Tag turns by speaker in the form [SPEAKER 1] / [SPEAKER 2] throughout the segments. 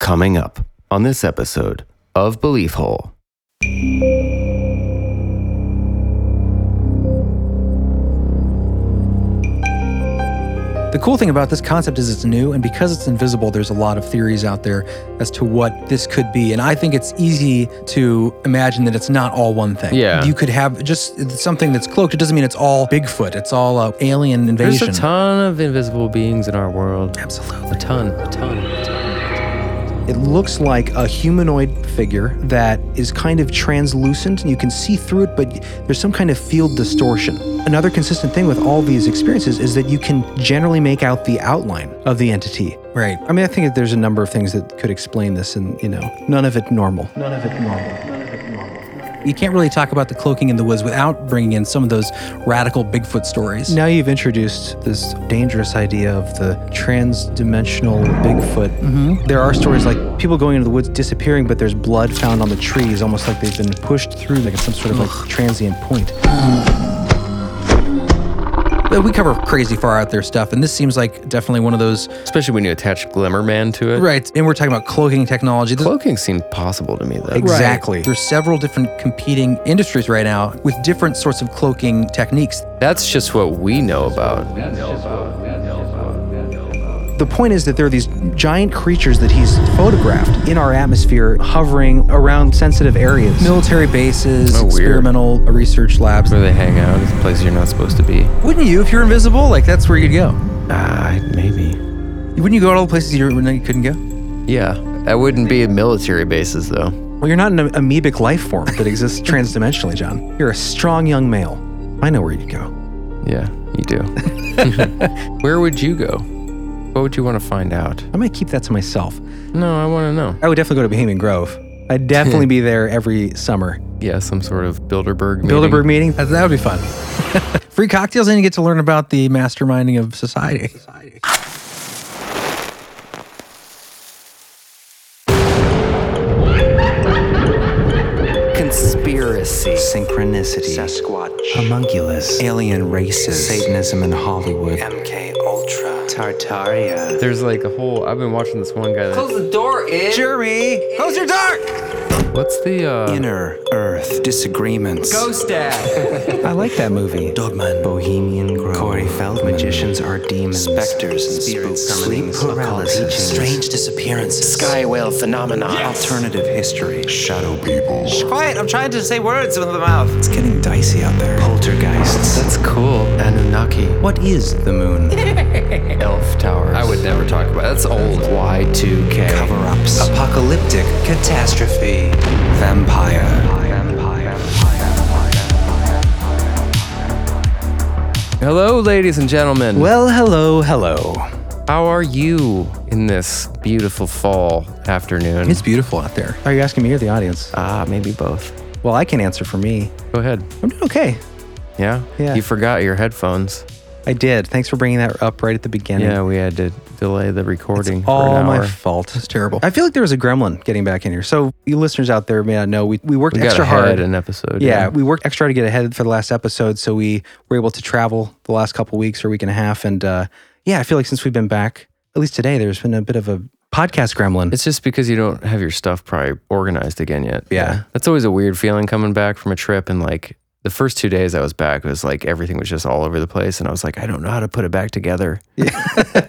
[SPEAKER 1] Coming up on this episode of Belief Hole.
[SPEAKER 2] The cool thing about this concept is it's new, and because it's invisible, there's a lot of theories out there as to what this could be. And I think it's easy to imagine that it's not all one thing.
[SPEAKER 3] Yeah.
[SPEAKER 2] You could have just something that's cloaked. It doesn't mean it's all Bigfoot, it's all uh, alien
[SPEAKER 3] There's
[SPEAKER 2] invasion.
[SPEAKER 3] a ton of invisible beings in our world.
[SPEAKER 2] Absolutely.
[SPEAKER 3] A ton, a ton, a ton.
[SPEAKER 4] It looks like a humanoid figure that is kind of translucent and you can see through it, but there's some kind of field distortion. Another consistent thing with all these experiences is that you can generally make out the outline of the entity.
[SPEAKER 2] Right.
[SPEAKER 4] I mean, I think that there's a number of things that could explain this, and you know, none of it normal.
[SPEAKER 2] You can't really talk about the cloaking in the woods without bringing in some of those radical Bigfoot stories.
[SPEAKER 4] Now you've introduced this dangerous idea of the trans-dimensional Bigfoot.
[SPEAKER 3] Mm-hmm.
[SPEAKER 4] There are stories like people going into the woods disappearing, but there's blood found on the trees, almost like they've been pushed through, like at some sort of like transient point.
[SPEAKER 2] But we cover crazy far out there stuff, and this seems like definitely one of those.
[SPEAKER 3] Especially when you attach Glimmer Man to it.
[SPEAKER 2] Right. And we're talking about cloaking technology. There's-
[SPEAKER 3] Cloaking seemed possible to me, though.
[SPEAKER 4] Ex- Exactly.
[SPEAKER 2] There's several different competing industries right now with different sorts of cloaking techniques.
[SPEAKER 3] That's just what we know about.
[SPEAKER 4] The point is that there are these giant creatures that he's photographed in our atmosphere, hovering around sensitive areas.
[SPEAKER 2] Military bases,
[SPEAKER 3] Oh, weird.
[SPEAKER 2] experimental research labs.
[SPEAKER 3] Where they hang out is a place you're not supposed to be.
[SPEAKER 2] Wouldn't you, if you're invisible, like that's where you'd go?
[SPEAKER 3] Ah, maybe.
[SPEAKER 2] Wouldn't you go to all the places you, you couldn't go?
[SPEAKER 3] Yeah. I wouldn't be at military bases, though.
[SPEAKER 4] Well, you're not an amoebic life form that exists transdimensionally, John. You're a strong young male. I know where you go.
[SPEAKER 3] Yeah, you do. Where would you go? What would you want to find out?
[SPEAKER 4] I might keep that to myself.
[SPEAKER 3] No, I want to know.
[SPEAKER 4] I would definitely go to Bohemian Grove. I'd definitely be there every summer.
[SPEAKER 3] Yeah, some sort of Bilderberg meeting.
[SPEAKER 4] Bilderberg meeting.
[SPEAKER 2] That, that would be fun. Free cocktails, and you get to learn about the masterminding of society.
[SPEAKER 5] Conspiracy.
[SPEAKER 6] Synchronicity.
[SPEAKER 5] Sasquatch.
[SPEAKER 6] Homunculus.
[SPEAKER 5] Alien races.
[SPEAKER 6] Satanism in Hollywood.
[SPEAKER 5] MK Ultra.
[SPEAKER 6] Tartaria.
[SPEAKER 3] There's like a whole. I've been watching this one guy. That,
[SPEAKER 5] Close the door, Id.
[SPEAKER 6] Jeremy!
[SPEAKER 5] Close your door.
[SPEAKER 3] what's the uh,
[SPEAKER 6] Inner Earth. Disagreements.
[SPEAKER 5] Ghost dad.
[SPEAKER 4] I like that movie.
[SPEAKER 6] Dogman. Bohemian Grove. Corey Feldman. Magicians are demons. Specters and spirits. Sleep paralysis. Strange disappearances. Sky whale phenomena. Alternative history. Shadow people.
[SPEAKER 5] Quiet. I'm trying to say words with the mouth.
[SPEAKER 6] It's getting dicey out there. Poltergeists.
[SPEAKER 3] That's cool.
[SPEAKER 6] Anunnaki. What is the moon? Elf towers.
[SPEAKER 3] I would never talk about. That's old.
[SPEAKER 6] Y2K. Cover ups. Apocalyptic catastrophe. Vampire.
[SPEAKER 3] Hello, ladies and gentlemen.
[SPEAKER 4] Well, hello, hello.
[SPEAKER 3] How are you in this beautiful fall afternoon?
[SPEAKER 2] It's beautiful out there.
[SPEAKER 4] Are you asking me or the audience?
[SPEAKER 3] Ah, maybe both.
[SPEAKER 4] Well, I can answer for me.
[SPEAKER 3] Go ahead.
[SPEAKER 4] I'm doing okay.
[SPEAKER 3] Yeah.
[SPEAKER 4] Yeah.
[SPEAKER 3] You forgot your headphones.
[SPEAKER 4] I did. Thanks for bringing that up right at the beginning.
[SPEAKER 3] Yeah, we had to delay the recording for
[SPEAKER 4] All
[SPEAKER 3] an hour.
[SPEAKER 4] my fault.
[SPEAKER 2] It's terrible.
[SPEAKER 4] I feel like there was a gremlin getting back in here. So you listeners out there may not know we, we worked
[SPEAKER 3] we got
[SPEAKER 4] extra
[SPEAKER 3] ahead
[SPEAKER 4] hard.
[SPEAKER 3] an episode.
[SPEAKER 4] yeah, we worked extra hard to get ahead for the last episode, so we were able to travel the last couple weeks or week and a half. And uh, yeah, I feel like since we've been back, at least today, there's been a bit of a podcast gremlin.
[SPEAKER 3] It's just because you don't have your stuff probably organized again yet.
[SPEAKER 4] Yeah.
[SPEAKER 3] That's always a weird feeling coming back from a trip. And like the first two days I was back, it was like everything was just all over the place. And I was like, I don't know how to put it back together.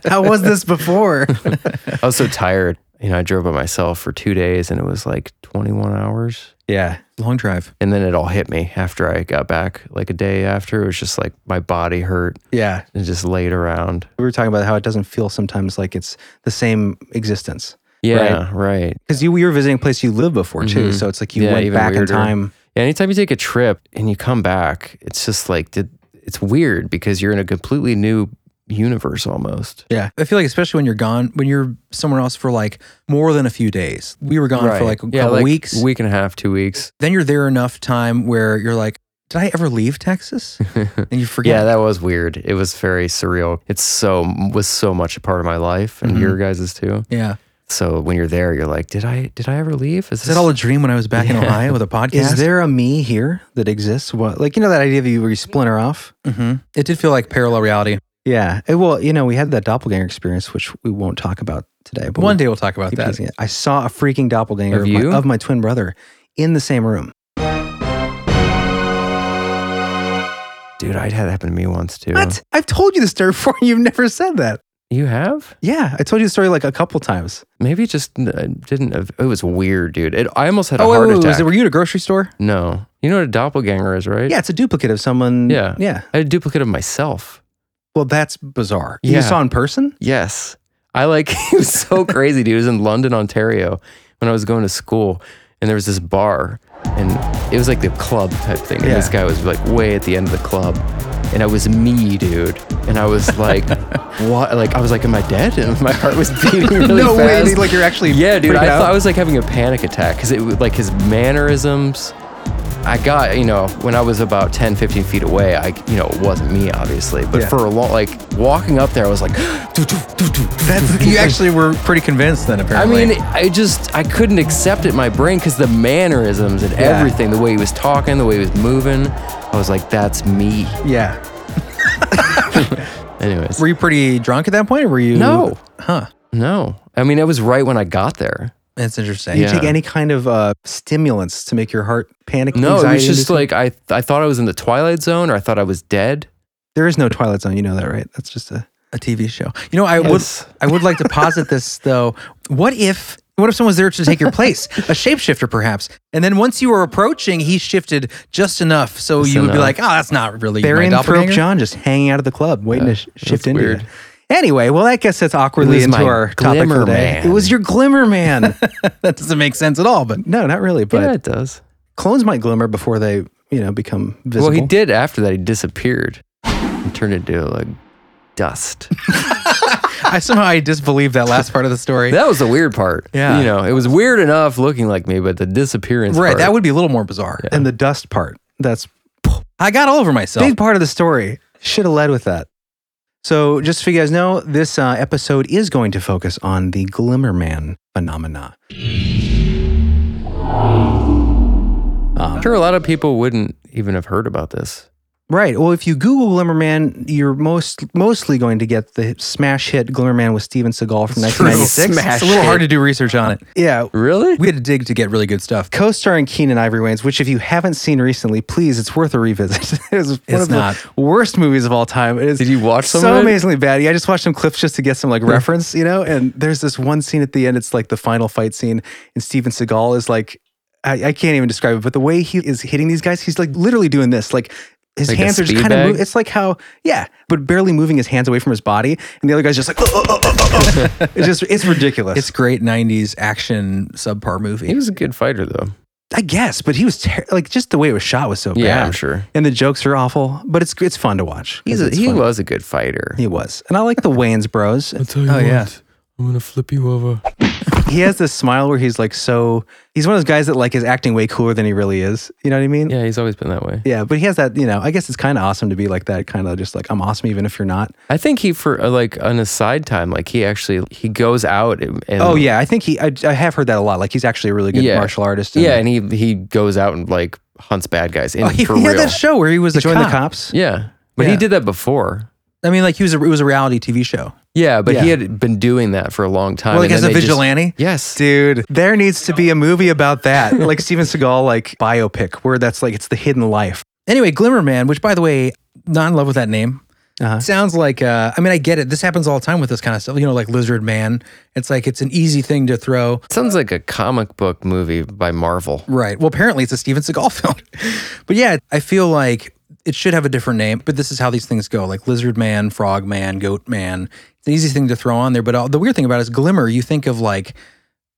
[SPEAKER 4] How was this before?
[SPEAKER 3] I was so tired. You know, I drove by myself for two days and it was like 21 hours.
[SPEAKER 4] yeah,
[SPEAKER 2] Long drive.
[SPEAKER 3] And then it all hit me after I got back, like a day after. It was just like my body hurt
[SPEAKER 4] yeah.
[SPEAKER 3] and just laid around.
[SPEAKER 4] We were talking about how it doesn't feel sometimes like it's the same existence
[SPEAKER 3] Yeah, right.
[SPEAKER 4] because you, you were visiting a place you lived before too.
[SPEAKER 3] Mhm.
[SPEAKER 2] Mm-hmm.
[SPEAKER 4] So it's like you
[SPEAKER 3] Yeah,
[SPEAKER 4] went
[SPEAKER 3] even
[SPEAKER 4] back
[SPEAKER 3] weirder.
[SPEAKER 4] in time.
[SPEAKER 3] Yeah, anytime you take a trip and you come back, it's just like, did, it's weird because you're in a completely new universe almost.
[SPEAKER 2] Yeah. I feel like, especially when you're gone, when you're somewhere else for like more than a few days, we were gone for like a couple
[SPEAKER 3] like
[SPEAKER 2] weeks.
[SPEAKER 3] week and a half, two weeks.
[SPEAKER 2] then you're there enough time where you're like, did I ever leave Texas? and you forget.
[SPEAKER 3] Yeah, that was weird. It was very surreal. It's so was so much a part of my life
[SPEAKER 2] Mm-hmm.
[SPEAKER 3] and your guys's too.
[SPEAKER 2] yeah.
[SPEAKER 3] So when you're there, you're like, did I did I ever leave? Is
[SPEAKER 2] Is that all a dream when I was back in Ohio with a podcast?
[SPEAKER 4] Is there a me
[SPEAKER 2] Mm.
[SPEAKER 4] here that exists? What, like you know that idea of you where you splinter off?
[SPEAKER 2] Mm-hmm. hmm It did feel like parallel reality.
[SPEAKER 4] Yeah. Eh, Well, you know, we had that doppelganger experience, which we won't talk about today. But
[SPEAKER 2] One
[SPEAKER 4] we
[SPEAKER 2] day we'll talk about
[SPEAKER 4] keep
[SPEAKER 2] that.
[SPEAKER 4] teasing it. I saw a freaking doppelganger
[SPEAKER 3] Of
[SPEAKER 4] of,
[SPEAKER 3] you?
[SPEAKER 4] my, of my twin brother in the same room.
[SPEAKER 3] Dude, I would had that happen to me once too.
[SPEAKER 4] What? I've told you the story before. and You've never said that.
[SPEAKER 3] You have?
[SPEAKER 4] Yeah, I told you the story like a couple times.
[SPEAKER 3] Maybe it just uh, didn't. Have, it was weird, dude. It, I almost had a
[SPEAKER 2] Oh, wait,
[SPEAKER 3] heart
[SPEAKER 2] wait, wait,
[SPEAKER 3] attack.
[SPEAKER 2] was it, were you at a grocery store?
[SPEAKER 3] no. You know what a doppelganger is, right?
[SPEAKER 4] Yeah, it's a duplicate of someone.
[SPEAKER 3] Yeah.
[SPEAKER 4] Yeah.
[SPEAKER 3] I had a duplicate of myself.
[SPEAKER 4] Well, that's bizarre.
[SPEAKER 3] Yeah.
[SPEAKER 4] You saw in person?
[SPEAKER 3] Yes. I like, it was so crazy, dude. It was in London, Ontario when I was going to school. And there was this bar, and it was like the club type thing. And
[SPEAKER 4] Yeah.
[SPEAKER 3] this guy was like way at the end of the club. And I was me, dude. And I was like, what? Like, I was like, am I dead? And my heart was beating really
[SPEAKER 4] No way,
[SPEAKER 3] fast.
[SPEAKER 4] dude, like you're actually
[SPEAKER 3] Yeah, dude.
[SPEAKER 4] freaking
[SPEAKER 3] I
[SPEAKER 4] out?
[SPEAKER 3] thought I was like having a panic attack because it was like his mannerisms. I got, you know, when I was about 10, 15 feet away, I, you know, it wasn't me, obviously. But
[SPEAKER 4] Yeah.
[SPEAKER 3] for a long, like, walking up there, I was like, doo, doo, doo, doo, doo.
[SPEAKER 2] That's, you actually were pretty convinced then,
[SPEAKER 3] I
[SPEAKER 2] apparently.
[SPEAKER 3] mean, I just, I couldn't accept it in my brain because the mannerisms and everything, the way he was talking, the way he was moving, I was like, that's me.
[SPEAKER 4] Yeah.
[SPEAKER 3] Anyways.
[SPEAKER 2] were you pretty drunk at that point? Or were you?
[SPEAKER 3] No.
[SPEAKER 2] Huh.
[SPEAKER 3] No. I mean, it was right when I got there.
[SPEAKER 2] That's interesting.
[SPEAKER 4] Do you
[SPEAKER 3] Yeah.
[SPEAKER 4] take any kind of uh, stimulants to make your heart panic?
[SPEAKER 3] No, it was
[SPEAKER 4] anxiety
[SPEAKER 3] just
[SPEAKER 4] inducing?
[SPEAKER 3] like, I, I thought I was in the Twilight Zone or I thought I was dead.
[SPEAKER 4] there is no Twilight Zone. You know that, right? That's just a.
[SPEAKER 2] A TV show. You know, I
[SPEAKER 3] Yes.
[SPEAKER 2] would I would like to posit this though. What if what if someone was there to take your place? A shapeshifter perhaps. And then once you were approaching, he shifted just enough so you would be
[SPEAKER 3] enough.
[SPEAKER 2] like, "Oh, that's not really my
[SPEAKER 4] Barry and Thrope
[SPEAKER 2] doppelganger."
[SPEAKER 4] John just hanging out of the club, waiting to sh- shift into
[SPEAKER 3] weird.
[SPEAKER 4] you. Anyway, well, that gets us awkwardly
[SPEAKER 3] It was
[SPEAKER 4] into
[SPEAKER 3] my
[SPEAKER 4] our topic for
[SPEAKER 3] glimmer
[SPEAKER 4] the day.
[SPEAKER 3] man.
[SPEAKER 4] It was your glimmer man.
[SPEAKER 2] that doesn't make sense at all, but
[SPEAKER 4] no, not really. But
[SPEAKER 3] yeah, it does.
[SPEAKER 4] clones might glimmer before they, you know, become visible.
[SPEAKER 3] Well, he did after that. He disappeared and turned into like dust.
[SPEAKER 2] I somehow I disbelieve that last part of the story.
[SPEAKER 3] that was the weird part.
[SPEAKER 2] Yeah.
[SPEAKER 3] You know, it was weird enough looking like me, but the disappearance.
[SPEAKER 2] right,
[SPEAKER 3] part-
[SPEAKER 2] that would be a little more bizarre.
[SPEAKER 4] And the dust part. That's
[SPEAKER 2] I got all over myself.
[SPEAKER 4] big part of the story. Should have led with that. So, just so you guys know, this uh, episode is going to focus on the Glimmer Man phenomena.
[SPEAKER 3] I'm sure a lot of people wouldn't even have heard about this.
[SPEAKER 4] Right. Well, if you Google Glimmer Man, you're most mostly going to get the smash hit Glimmer Man with Steven Seagal from 1996.
[SPEAKER 2] it's a little hard to do research on it.
[SPEAKER 4] Yeah.
[SPEAKER 3] Really?
[SPEAKER 2] We had to dig to get really good stuff.
[SPEAKER 4] Co-starring Keenan Ivory Wayans, which if you haven't seen recently, please, it's worth a revisit. it was one
[SPEAKER 2] It's
[SPEAKER 4] of
[SPEAKER 2] not.
[SPEAKER 4] the worst movies of all time. It is
[SPEAKER 3] Did you watch some
[SPEAKER 4] so
[SPEAKER 3] of it?
[SPEAKER 4] amazingly bad? Yeah, I just watched some clips just to get some like reference, you know. And there's this one scene at the end. It's like the final fight scene, and Steven Seagal is like, I, I can't even describe it, but the way he is hitting these guys, he's like literally doing this, like. His
[SPEAKER 3] Like a
[SPEAKER 4] hands are just
[SPEAKER 3] speed
[SPEAKER 4] kind of
[SPEAKER 3] bag?
[SPEAKER 4] moving. It's like how, yeah, but barely moving his hands away from his body, and the other guy's just like, "Oh, oh, oh, oh, oh." it's just, it's ridiculous.
[SPEAKER 2] It's great 90s action subpar
[SPEAKER 3] He
[SPEAKER 2] movie.
[SPEAKER 3] was a good fighter, though.
[SPEAKER 4] I guess, but he was ter- like just the way it was shot was so bad.
[SPEAKER 3] Yeah, I'm sure.
[SPEAKER 4] And the jokes are awful, but it's it's fun to watch. 'cause
[SPEAKER 3] He's a,
[SPEAKER 4] it's
[SPEAKER 3] he
[SPEAKER 4] fun.
[SPEAKER 3] was a good fighter.
[SPEAKER 4] He was, and I like the Wayans Bros.
[SPEAKER 2] Oh yeah.
[SPEAKER 4] he has this smile where he's like so. He's one of those guys that like is acting way cooler than he really is. You know what I mean?
[SPEAKER 3] Yeah, he's always been that way.
[SPEAKER 4] Yeah, but he has that. You know, I guess it's kind of awesome to be like that. Kind of just like I'm awesome even if you're not.
[SPEAKER 3] I think he for uh, like on a side time, like he actually he goes out and and-
[SPEAKER 4] Oh yeah, I think he. I, I have heard that a lot. Like he's actually a really good
[SPEAKER 3] Yeah.
[SPEAKER 4] martial artist.
[SPEAKER 3] yeah, and he he goes out and like hunts bad guys in
[SPEAKER 2] Oh, he,
[SPEAKER 3] for
[SPEAKER 2] he
[SPEAKER 3] real.
[SPEAKER 2] had that show where he was
[SPEAKER 4] he
[SPEAKER 2] a
[SPEAKER 4] joined
[SPEAKER 2] cop.
[SPEAKER 4] the cops.
[SPEAKER 3] yeah, but
[SPEAKER 2] Yeah.
[SPEAKER 3] he did that before.
[SPEAKER 2] I mean, like he was a, it was a reality TV show.
[SPEAKER 3] Yeah, but he
[SPEAKER 4] Yeah.
[SPEAKER 3] had been doing that for a long time.
[SPEAKER 2] Well, like
[SPEAKER 3] and
[SPEAKER 2] as
[SPEAKER 3] then
[SPEAKER 2] a
[SPEAKER 3] they just-
[SPEAKER 2] vigilante.
[SPEAKER 3] yes,
[SPEAKER 4] Dude, there needs to be a movie about that, like Steven Seagal, like biopic, where that's like it's the hidden life.
[SPEAKER 2] Anyway, Glimmer Man, which by the way, not in love with that name.
[SPEAKER 4] Uh-huh.
[SPEAKER 2] Sounds like uh, I mean I get it. This happens all the time with this kind of stuff. You know, like Lizard Man. It's like it's an easy thing to throw.
[SPEAKER 3] sounds like a comic book movie by Marvel.
[SPEAKER 2] Right. Well, apparently it's a Steven Seagal film. but yeah, I feel like it should have a different name, but this is how these things go like Lizard Man, Frog Man, Goat Man. It's an easy thing to throw on there. But all, the weird thing about it is Glimmer, you think of like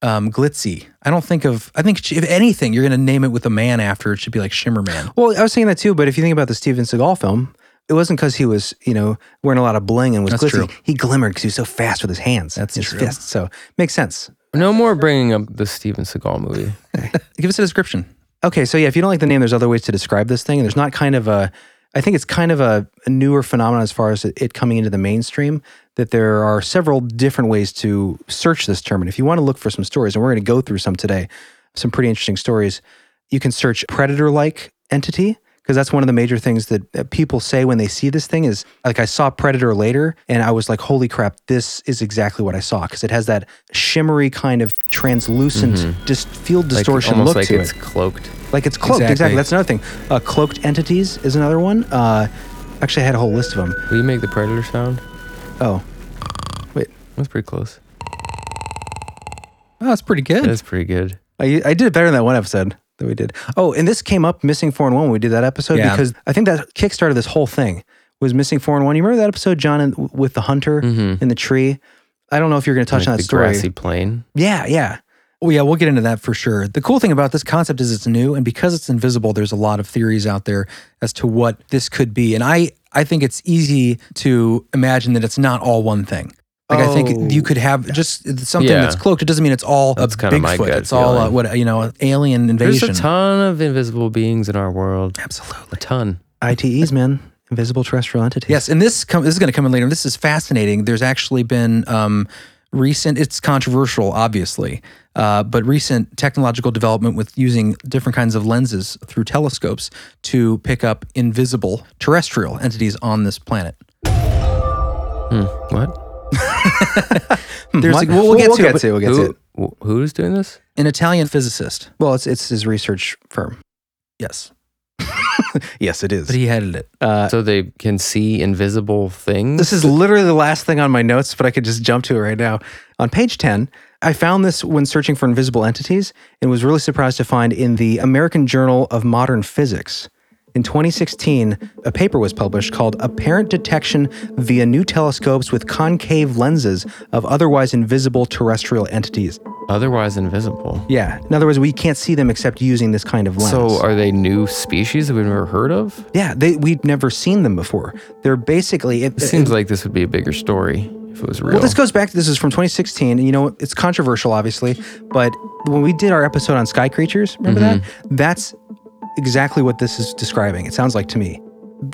[SPEAKER 2] um, Glitzy. I don't think of, I think if anything, you're going to name it with a man after, it should be like Shimmer Man.
[SPEAKER 4] Well, I was saying that too, but if you think about the Steven Seagal film, it wasn't because he was, you know, wearing a lot of bling and was
[SPEAKER 2] That's
[SPEAKER 4] glistening.
[SPEAKER 2] true.
[SPEAKER 4] He glimmered because he was so fast with his hands,
[SPEAKER 2] That's
[SPEAKER 4] his
[SPEAKER 2] true.
[SPEAKER 4] fists. So makes sense.
[SPEAKER 3] No more bringing up the Steven Seagal movie.
[SPEAKER 2] Give us a description.
[SPEAKER 4] Okay, so yeah, if you don't like the name, there's other ways to describe this thing. There's not kind of a, I think it's kind of a, a newer phenomenon as far as it, it coming into the mainstream. That there are several different ways to search this term, and if you want to look for some stories, and we're going to go through some today, some pretty interesting stories. You can search predator-like entity because that's one of the major things that, that people say when they see this thing is like I saw Predator later and I was like, holy crap, this is exactly what I saw because it has that shimmery kind of translucent, just field
[SPEAKER 3] Like,
[SPEAKER 4] distortion
[SPEAKER 3] almost
[SPEAKER 4] look
[SPEAKER 3] like
[SPEAKER 4] to
[SPEAKER 3] it's
[SPEAKER 4] it.
[SPEAKER 3] cloaked.
[SPEAKER 4] Like it's cloaked.
[SPEAKER 2] Exactly.
[SPEAKER 4] Exactly. That's another thing. Uh, cloaked entities is another one. Uh, actually, I had a whole list of them.
[SPEAKER 3] Will you make the predator sound?
[SPEAKER 4] Oh, wait.
[SPEAKER 3] That's pretty close.
[SPEAKER 2] Oh, that's pretty good.
[SPEAKER 3] That's pretty good.
[SPEAKER 4] I, I did it better than that one episode that we did. Oh, and this came up missing four and one when we did that episode
[SPEAKER 2] Yeah.
[SPEAKER 4] because I think that kickstarted this whole thing was missing four and one. You remember that episode, John, in, with the hunter in the tree? I don't know if you're going to touch
[SPEAKER 3] Like
[SPEAKER 4] on
[SPEAKER 3] the
[SPEAKER 4] that story.
[SPEAKER 3] grassy plain.
[SPEAKER 4] Yeah, yeah.
[SPEAKER 2] Well, yeah, we'll get into that for sure. The cool thing about this concept is it's new, and because it's invisible, there's a lot of theories out there as to what this could be. And I, I think it's easy to imagine that it's not all one thing. Like I think you could have just something
[SPEAKER 3] Oh, Yeah.
[SPEAKER 2] that's cloaked. It doesn't mean it's all
[SPEAKER 3] That's
[SPEAKER 2] a
[SPEAKER 3] kinda
[SPEAKER 2] Bigfoot.
[SPEAKER 3] my gut
[SPEAKER 2] it's all a,
[SPEAKER 3] feeling.
[SPEAKER 2] what you know, an alien
[SPEAKER 3] There's
[SPEAKER 2] invasion.
[SPEAKER 3] a ton of invisible beings in our world. Absolutely. A ton.
[SPEAKER 4] ITEs, man. Invisible terrestrial entities.
[SPEAKER 2] Yes, and this com- this is going to come in later. This is fascinating. There's actually been um, recent. It's controversial, obviously, uh, but recent technological development with using different kinds of lenses through telescopes to pick up invisible terrestrial entities on this planet.
[SPEAKER 3] What?
[SPEAKER 2] There's
[SPEAKER 4] What?
[SPEAKER 2] a- we'll, we'll get to it, but
[SPEAKER 4] to it. We'll get to
[SPEAKER 3] Who,
[SPEAKER 4] it.
[SPEAKER 3] wh- who's doing this?
[SPEAKER 2] an Italian physicist.
[SPEAKER 4] Well, it's it's his research firm.
[SPEAKER 2] Yes,
[SPEAKER 4] Yes, it
[SPEAKER 2] but
[SPEAKER 4] is.
[SPEAKER 2] he headed it.
[SPEAKER 3] so they can see invisible things.
[SPEAKER 4] This is literally the last thing on my notes, but I could just jump to it right now. On page 10, I found this when searching for invisible entities and was really surprised to find in the American Journal of Modern Physics. In 2016, a paper was published called Apparent Detection via New Telescopes with Concave Lenses of Otherwise Invisible Terrestrial Entities.
[SPEAKER 3] otherwise invisible.
[SPEAKER 4] Yeah. In other words, we can't see them except using this kind of lens.
[SPEAKER 3] So uh, are they new species that we've never heard of?
[SPEAKER 4] yeah, they, we've never seen them before. They're basically. It,
[SPEAKER 3] It seems like this would be a bigger story if it was real.
[SPEAKER 4] Well, this goes back. This is from 2016, and you know it's controversial, obviously. But when we did our episode on sky creatures, remember
[SPEAKER 2] Mm-hmm.
[SPEAKER 4] that? That's exactly what this is describing. It sounds like to me,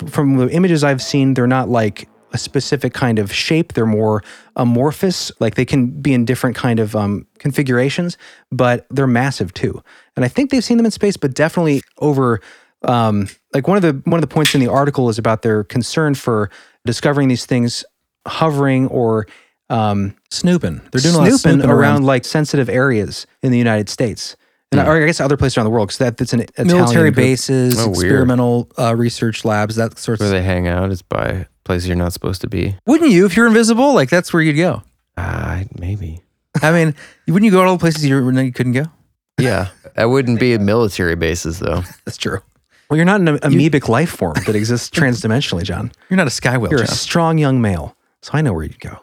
[SPEAKER 4] from the images I've seen, they're not like a specific kind of shape. They're more amorphous. Like they can be in different kind of um, configurations, but they're massive too. And I think they've seen them in space, but definitely over. Um, like one of the one of the points in the article is about their concern for discovering these things hovering or um,
[SPEAKER 2] Snooping. They're doing
[SPEAKER 4] snooping,
[SPEAKER 2] a lot of snooping
[SPEAKER 4] around,
[SPEAKER 2] around,
[SPEAKER 4] like sensitive areas in the United States, and or I guess other places around the world because that, that's an Italian
[SPEAKER 2] military
[SPEAKER 4] group.
[SPEAKER 2] bases,
[SPEAKER 3] Oh, weird.
[SPEAKER 2] experimental uh, research labs, that sort
[SPEAKER 3] where
[SPEAKER 2] of.
[SPEAKER 3] they hang out is by places you're not supposed to be.
[SPEAKER 2] Wouldn't you, if you're invisible? Like that's where you'd go.
[SPEAKER 3] Uh, maybe.
[SPEAKER 2] I mean, wouldn't you go to all the places you, you couldn't go?
[SPEAKER 3] Yeah. I wouldn't be at military bases though.
[SPEAKER 2] That's true.
[SPEAKER 4] Well, you're not an amoebic life form that exists transdimensionally, John.
[SPEAKER 2] You're not a sky whale.
[SPEAKER 4] You're a
[SPEAKER 2] John.
[SPEAKER 4] strong young male, so I know where you'd go.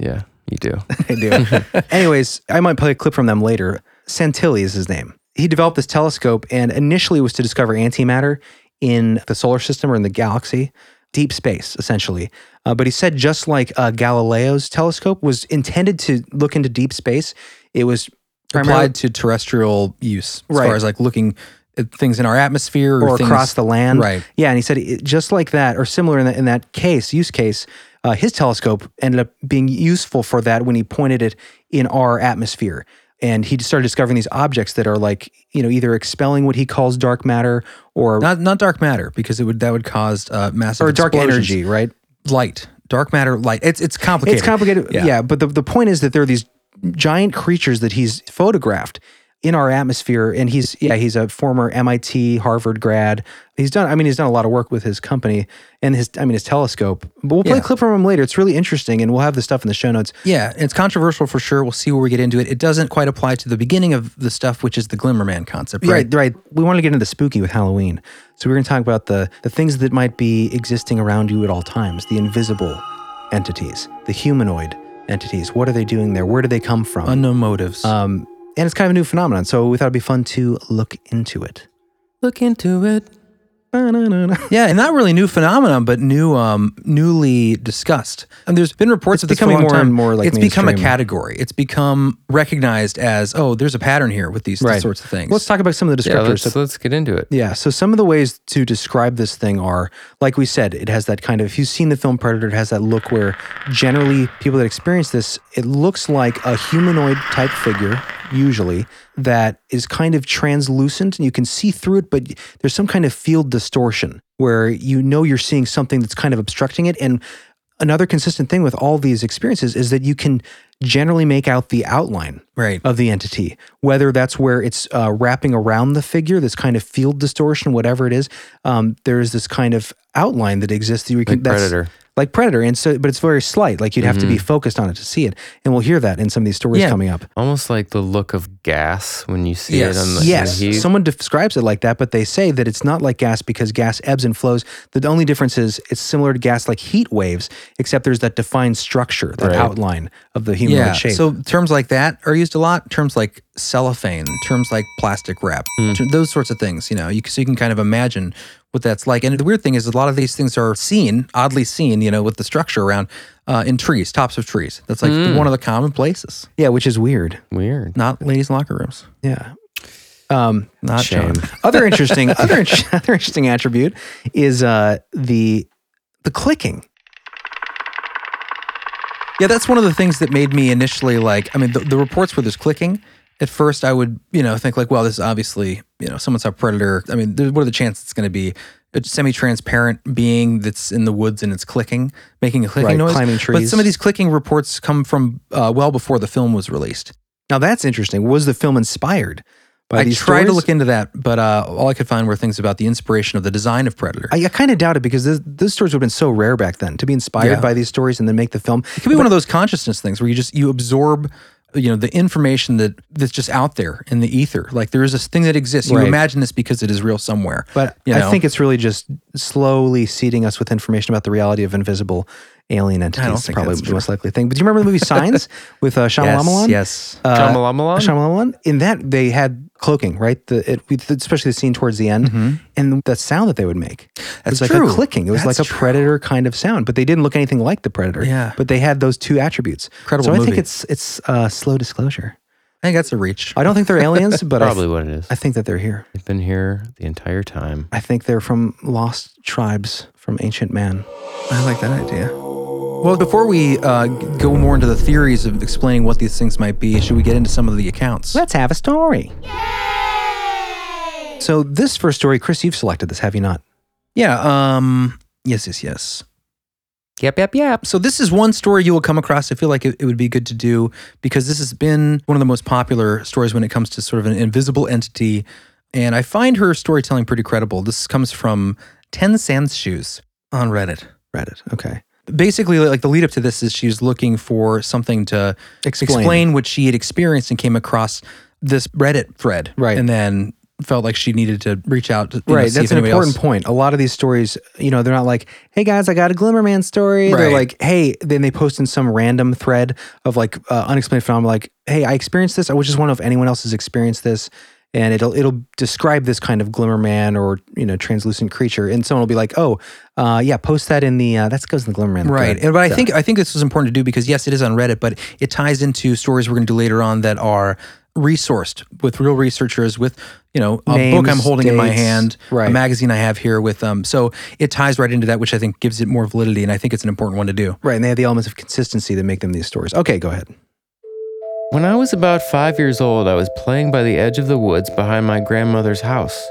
[SPEAKER 3] Yeah, you do.
[SPEAKER 4] I do. Anyways, I might play a clip from them later. Santilli is his name. He developed this telescope and initially was to discover antimatter in the solar system or in the galaxy, deep space, essentially. Uh, but he said, just like uh, Galileo's telescope was intended to look into deep space, it was primarily
[SPEAKER 2] applied to terrestrial use as
[SPEAKER 4] Right.
[SPEAKER 2] far as like looking at things in our atmosphere or,
[SPEAKER 4] or
[SPEAKER 2] things,
[SPEAKER 4] across the land.
[SPEAKER 2] Right.
[SPEAKER 4] Yeah, and he said it, just like that or similar in that in that case use case, uh, his telescope ended up being useful for that when he pointed it in our atmosphere. And he started discovering these objects that are like, you know, either expelling what he calls dark matter or,
[SPEAKER 2] Not not dark matter because it would that would cause uh, massive
[SPEAKER 4] or dark
[SPEAKER 2] explosions.
[SPEAKER 4] energy, right?
[SPEAKER 2] light dark matter light. It's it's complicated.
[SPEAKER 4] It's complicated. Yeah. but the, the point is that there are these giant creatures that he's photographed in our atmosphere. And he's, yeah, he's a former MIT, Harvard grad. He's done, I mean, he's done a lot of work with his company and his, I mean, his telescope. But we'll play a
[SPEAKER 2] Yeah.
[SPEAKER 4] clip from him later. It's really interesting. And we'll have the stuff in the show notes.
[SPEAKER 2] Yeah, it's controversial for sure. We'll see where we get into it. It doesn't quite apply to the beginning of the stuff, which is the Glimmer Man concept, right?
[SPEAKER 4] Right, right. We want to get into the spooky with Halloween. So we're going to talk about the, the things that might be existing around you at all times, the invisible entities, the humanoid entities. What are they doing there? Where do they come from?
[SPEAKER 2] Unknown motives.
[SPEAKER 4] Um, and it's kind of a new phenomenon, so we thought it'd be fun to look into it.
[SPEAKER 3] Look into it.
[SPEAKER 2] yeah, and not really new phenomenon, but new, um, newly discussed. And there's been reports of this for a
[SPEAKER 4] becoming
[SPEAKER 2] long
[SPEAKER 4] more
[SPEAKER 2] time.
[SPEAKER 4] and more, like,
[SPEAKER 2] it's become a
[SPEAKER 4] mainstream.
[SPEAKER 2] category. It's become recognized as oh, there's a pattern here with these
[SPEAKER 4] Right.
[SPEAKER 2] sorts of things.
[SPEAKER 4] Let's talk about some of the descriptors.
[SPEAKER 3] Yeah,
[SPEAKER 4] So-
[SPEAKER 3] let's, let's get into it.
[SPEAKER 4] Yeah. So some of the ways to describe this thing are, like we said, it has that kind of. If you've seen the film Predator, it has that look where generally people that experience this, it looks like a humanoid type figure usually, that is kind of translucent and you can see through it, but there's some kind of field distortion where you know you're seeing something that's kind of obstructing it. And another consistent thing with all these experiences is that you can generally make out the outline
[SPEAKER 2] Right.
[SPEAKER 4] of the entity, whether that's where it's uh, wrapping around the figure, this kind of field distortion, whatever it is. Um, there is this kind of outline that exists. That you can,
[SPEAKER 3] Like Predator.
[SPEAKER 4] Like Predator, and so, but it's very slight. Like you'd have to be focused on it to see it, and we'll hear that in some of these stories
[SPEAKER 2] Yeah.
[SPEAKER 4] coming up.
[SPEAKER 3] Almost like the look of gas when you see
[SPEAKER 2] Yes.
[SPEAKER 3] it on the
[SPEAKER 4] Yes,
[SPEAKER 3] heat.
[SPEAKER 4] someone describes it like that, but they say that it's not like gas because gas ebbs and flows. The only difference is it's similar to gas, like heat waves, except there's that defined structure, that outline of the humanoid
[SPEAKER 2] Yeah.
[SPEAKER 4] shape.
[SPEAKER 2] So terms like that are used a lot. Terms like cellophane, terms like plastic wrap,
[SPEAKER 4] Mm.
[SPEAKER 2] ter- those sorts of things. You know, you can, so you can kind of imagine what that's like. And the weird thing is, a lot of these things are seen, oddly seen. You know, with the structure around uh, in trees, tops of trees. That's like
[SPEAKER 4] Mm.
[SPEAKER 2] one of the common places.
[SPEAKER 4] yeah, which is weird.
[SPEAKER 3] Weird.
[SPEAKER 2] Not ladies' locker rooms.
[SPEAKER 4] Yeah. Um,
[SPEAKER 2] Not Shame.
[SPEAKER 4] other interesting other, in- other interesting attribute is uh, the the clicking.
[SPEAKER 2] Yeah, that's one of the things that made me initially like. I mean, the, the reports where there's clicking. At first, I would you know think like, well, this is obviously you know someone saw predator. I mean, there, what are the chances it's going to be a semi-transparent being that's in the woods and it's clicking, making a clicking
[SPEAKER 4] Right,
[SPEAKER 2] noise?
[SPEAKER 4] climbing
[SPEAKER 2] But
[SPEAKER 4] trees.
[SPEAKER 2] some of these clicking reports come from uh, well before the film was released.
[SPEAKER 4] Now that's interesting. Was the film inspired by
[SPEAKER 2] I tried
[SPEAKER 4] these
[SPEAKER 2] to
[SPEAKER 4] stories?
[SPEAKER 2] look into that, but uh, all I could find were things about the inspiration of the design of Predator.
[SPEAKER 4] I, I kind of doubt it because this, those stories would have been so rare back then to be inspired
[SPEAKER 2] Yeah.
[SPEAKER 4] by these stories and then make the film.
[SPEAKER 2] It could be one of those consciousness things where you just you absorb you know the information that that's just out there in the ether like there is this thing that exists you
[SPEAKER 4] Right.
[SPEAKER 2] imagine this because it is real somewhere
[SPEAKER 4] But
[SPEAKER 2] you
[SPEAKER 4] I think it's really just slowly seeding us with information about the reality of invisible alien entities.
[SPEAKER 2] think
[SPEAKER 4] probably
[SPEAKER 2] that's
[SPEAKER 4] the most likely thing. But do you remember the movie Signs with uh, Shyamalan?
[SPEAKER 2] yes
[SPEAKER 4] Uh,
[SPEAKER 3] Shyamalan?
[SPEAKER 4] Shyamalan. In that, they had cloaking, right? The it, with- especially the scene towards the end, and the sound that they would make.
[SPEAKER 2] That's
[SPEAKER 4] it was like
[SPEAKER 2] Mm-hmm. true.
[SPEAKER 4] a clicking. It was
[SPEAKER 2] That's
[SPEAKER 4] like a
[SPEAKER 2] true.
[SPEAKER 4] predator kind of sound, but they didn't look anything like the predator.
[SPEAKER 2] Yeah.
[SPEAKER 4] But they had those two attributes.
[SPEAKER 2] Incredible
[SPEAKER 4] So I think
[SPEAKER 2] movie.
[SPEAKER 4] it's it's uh, slow disclosure.
[SPEAKER 2] i think that's a reach
[SPEAKER 4] I don't think they're aliens, but I,
[SPEAKER 3] Probably
[SPEAKER 4] th-
[SPEAKER 3] what it is.
[SPEAKER 4] I think that they're here.
[SPEAKER 3] They've been here the entire time.
[SPEAKER 4] I think they're from lost tribes from ancient man.
[SPEAKER 2] i like that idea well before we uh, go more into the theories of explaining what these things might be should we get into some of the accounts
[SPEAKER 4] Let's have a story. So this first story, Chris, you've selected this, have you not?
[SPEAKER 2] yeah um yes yes yes
[SPEAKER 3] Yep, yep, yep.
[SPEAKER 2] so this is one story you will come across. I feel like it, it would be good to do because this has been one of the most popular stories when it comes to sort of an invisible entity. And I find her storytelling pretty credible. This comes from Ten Sans Shoes on Reddit.
[SPEAKER 4] Reddit. Okay.
[SPEAKER 2] Basically, like the lead up to this is she's looking for something to
[SPEAKER 4] Explain.
[SPEAKER 2] what she had experienced and came across this Reddit thread.
[SPEAKER 4] Right.
[SPEAKER 2] And then felt like she needed to reach out to you know,
[SPEAKER 4] Right.
[SPEAKER 2] see if
[SPEAKER 4] That's an
[SPEAKER 2] anybody
[SPEAKER 4] important
[SPEAKER 2] else-
[SPEAKER 4] point. A lot of these stories, you know, they're not like, hey guys, I got a Glimmer Man story. They're
[SPEAKER 2] Right.
[SPEAKER 4] like, hey, then they post in some random thread of like uh, unexplained phenomena, like, hey, I experienced this. I would just want to know if anyone else has experienced this. And it'll it'll describe this kind of glimmer man or you know translucent creature, and someone will be like, "Oh, uh, yeah, post that in the uh, that goes in the glimmer man."
[SPEAKER 2] Right.
[SPEAKER 4] thread."
[SPEAKER 2] And but I think I think this is important to do because yes, it is on Reddit, but it ties into stories we're going to do later on that are resourced with real researchers with you know a
[SPEAKER 4] Names,
[SPEAKER 2] book I'm holding in my
[SPEAKER 4] dates,
[SPEAKER 2] hand,
[SPEAKER 4] right.
[SPEAKER 2] a magazine I have here with um so it ties right into that which I think gives it more validity and I think it's an important one to do.
[SPEAKER 4] Right, and they have the elements of consistency that make them these stories. Okay, go ahead.
[SPEAKER 3] When I was about five years old, I was playing by the edge of the woods behind my grandmother's house.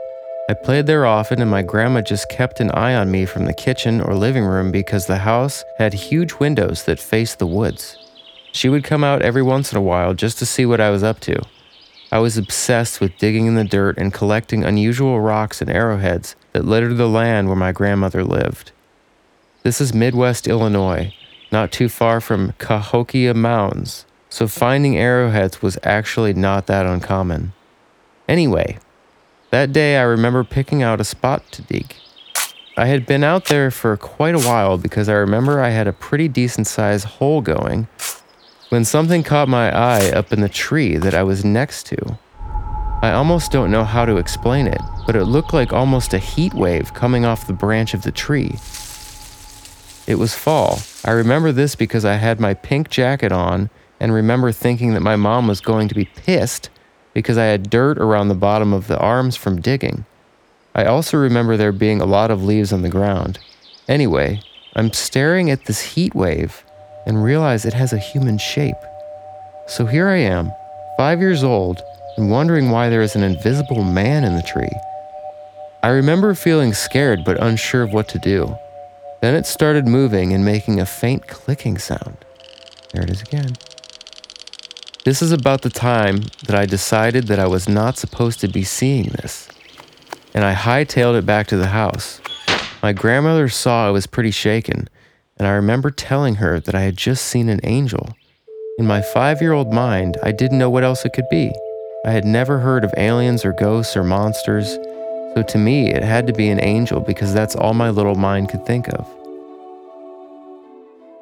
[SPEAKER 3] I played there often, and my grandma just kept an eye on me from the kitchen or living room because the house had huge windows that faced the woods. She would come out every once in a while just to see what I was up to. I was obsessed with digging in the dirt and collecting unusual rocks and arrowheads that littered the land where my grandmother lived. This is Midwest Illinois, not too far from Cahokia Mounds, so finding arrowheads was actually not that uncommon. Anyway, that day I remember picking out a spot to dig. I had been out there for quite a while because I remember I had a pretty decent sized hole going when something caught my eye up in the tree that I was next to. I almost don't know how to explain it, but it looked like almost a heat wave coming off the branch of the tree. It was fall. I remember this because I had my pink jacket on and remember thinking that my mom was going to be pissed because I had dirt around the bottom of the arms from digging. I also remember there being a lot of leaves on the ground. Anyway, I'm staring at this heat wave and realize it has a human shape. So here I am, five years old, and wondering why there is an invisible man in the tree. I remember feeling scared but unsure of what to do. Then it started moving and making a faint clicking sound. There it is again. This is about the time that I decided that I was not supposed to be seeing this, and I hightailed it back to the house. My grandmother saw I was pretty shaken, and I remember telling her that I had just seen an angel. In my five year old mind, I didn't know what else it could be. I had never heard of aliens or ghosts or monsters, so to me, it had to be an angel because that's all my little mind could think of.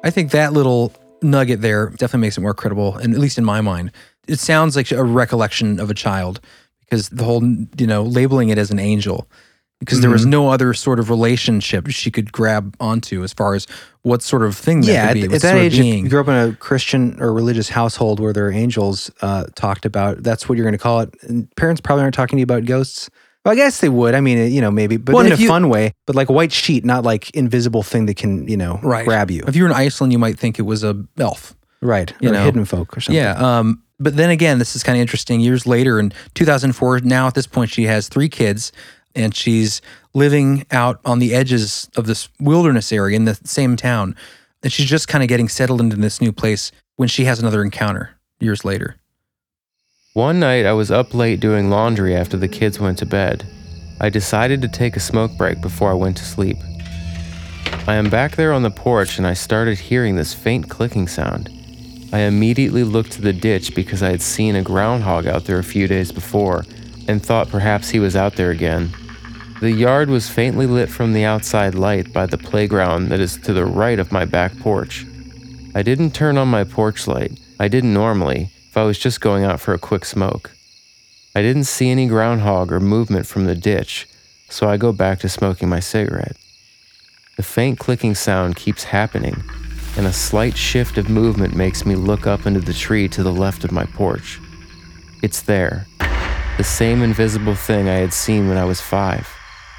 [SPEAKER 2] I think that little nugget there definitely makes it more credible, and at least in my mind, it sounds like a recollection of a child because the whole you know labeling it as an angel because there was
[SPEAKER 4] Mm-hmm.
[SPEAKER 2] no other sort of relationship she could grab onto as far as what sort of thing that could
[SPEAKER 4] yeah, at,
[SPEAKER 2] be.
[SPEAKER 4] at
[SPEAKER 2] what
[SPEAKER 4] that
[SPEAKER 2] sort of
[SPEAKER 4] age, if
[SPEAKER 2] being.
[SPEAKER 4] you grew up in a Christian or religious household where there are angels uh, talked about. That's what you're going to call it. And parents probably aren't talking to you about ghosts. Well, I guess they would. I mean, you know, maybe, but
[SPEAKER 2] Well,
[SPEAKER 4] in
[SPEAKER 2] if
[SPEAKER 4] a
[SPEAKER 2] you-
[SPEAKER 4] fun way. But like a white sheet, not like invisible thing that can, you know,
[SPEAKER 2] right.
[SPEAKER 4] grab you.
[SPEAKER 2] If you were in Iceland, you might think it was a elf.
[SPEAKER 4] Right.
[SPEAKER 2] You
[SPEAKER 4] or
[SPEAKER 2] know.
[SPEAKER 4] hidden folk or something.
[SPEAKER 2] Yeah. Um, but then again, this is kind of interesting. Years later, in 2004, now at this point, she has three kids and she's living out on the edges of this wilderness area in the same town. And she's just kind of getting settled into this new place when she has another encounter years later.
[SPEAKER 3] One night, I was up late doing laundry after the kids went to bed. I decided to take a smoke break before I went to sleep. I am back there on the porch and I started hearing this faint clicking sound. I immediately looked to the ditch because I had seen a groundhog out there a few days before and thought perhaps he was out there again. The yard was faintly lit from the outside light by the playground that is to the right of my back porch. I didn't turn on my porch light. I didn't normally, if I was just going out for a quick smoke. I didn't see any groundhog or movement from the ditch, so I go back to smoking my cigarette. The faint clicking sound keeps happening, and a slight shift of movement makes me look up into the tree to the left of my porch. It's there, the same invisible thing I had seen when I was five.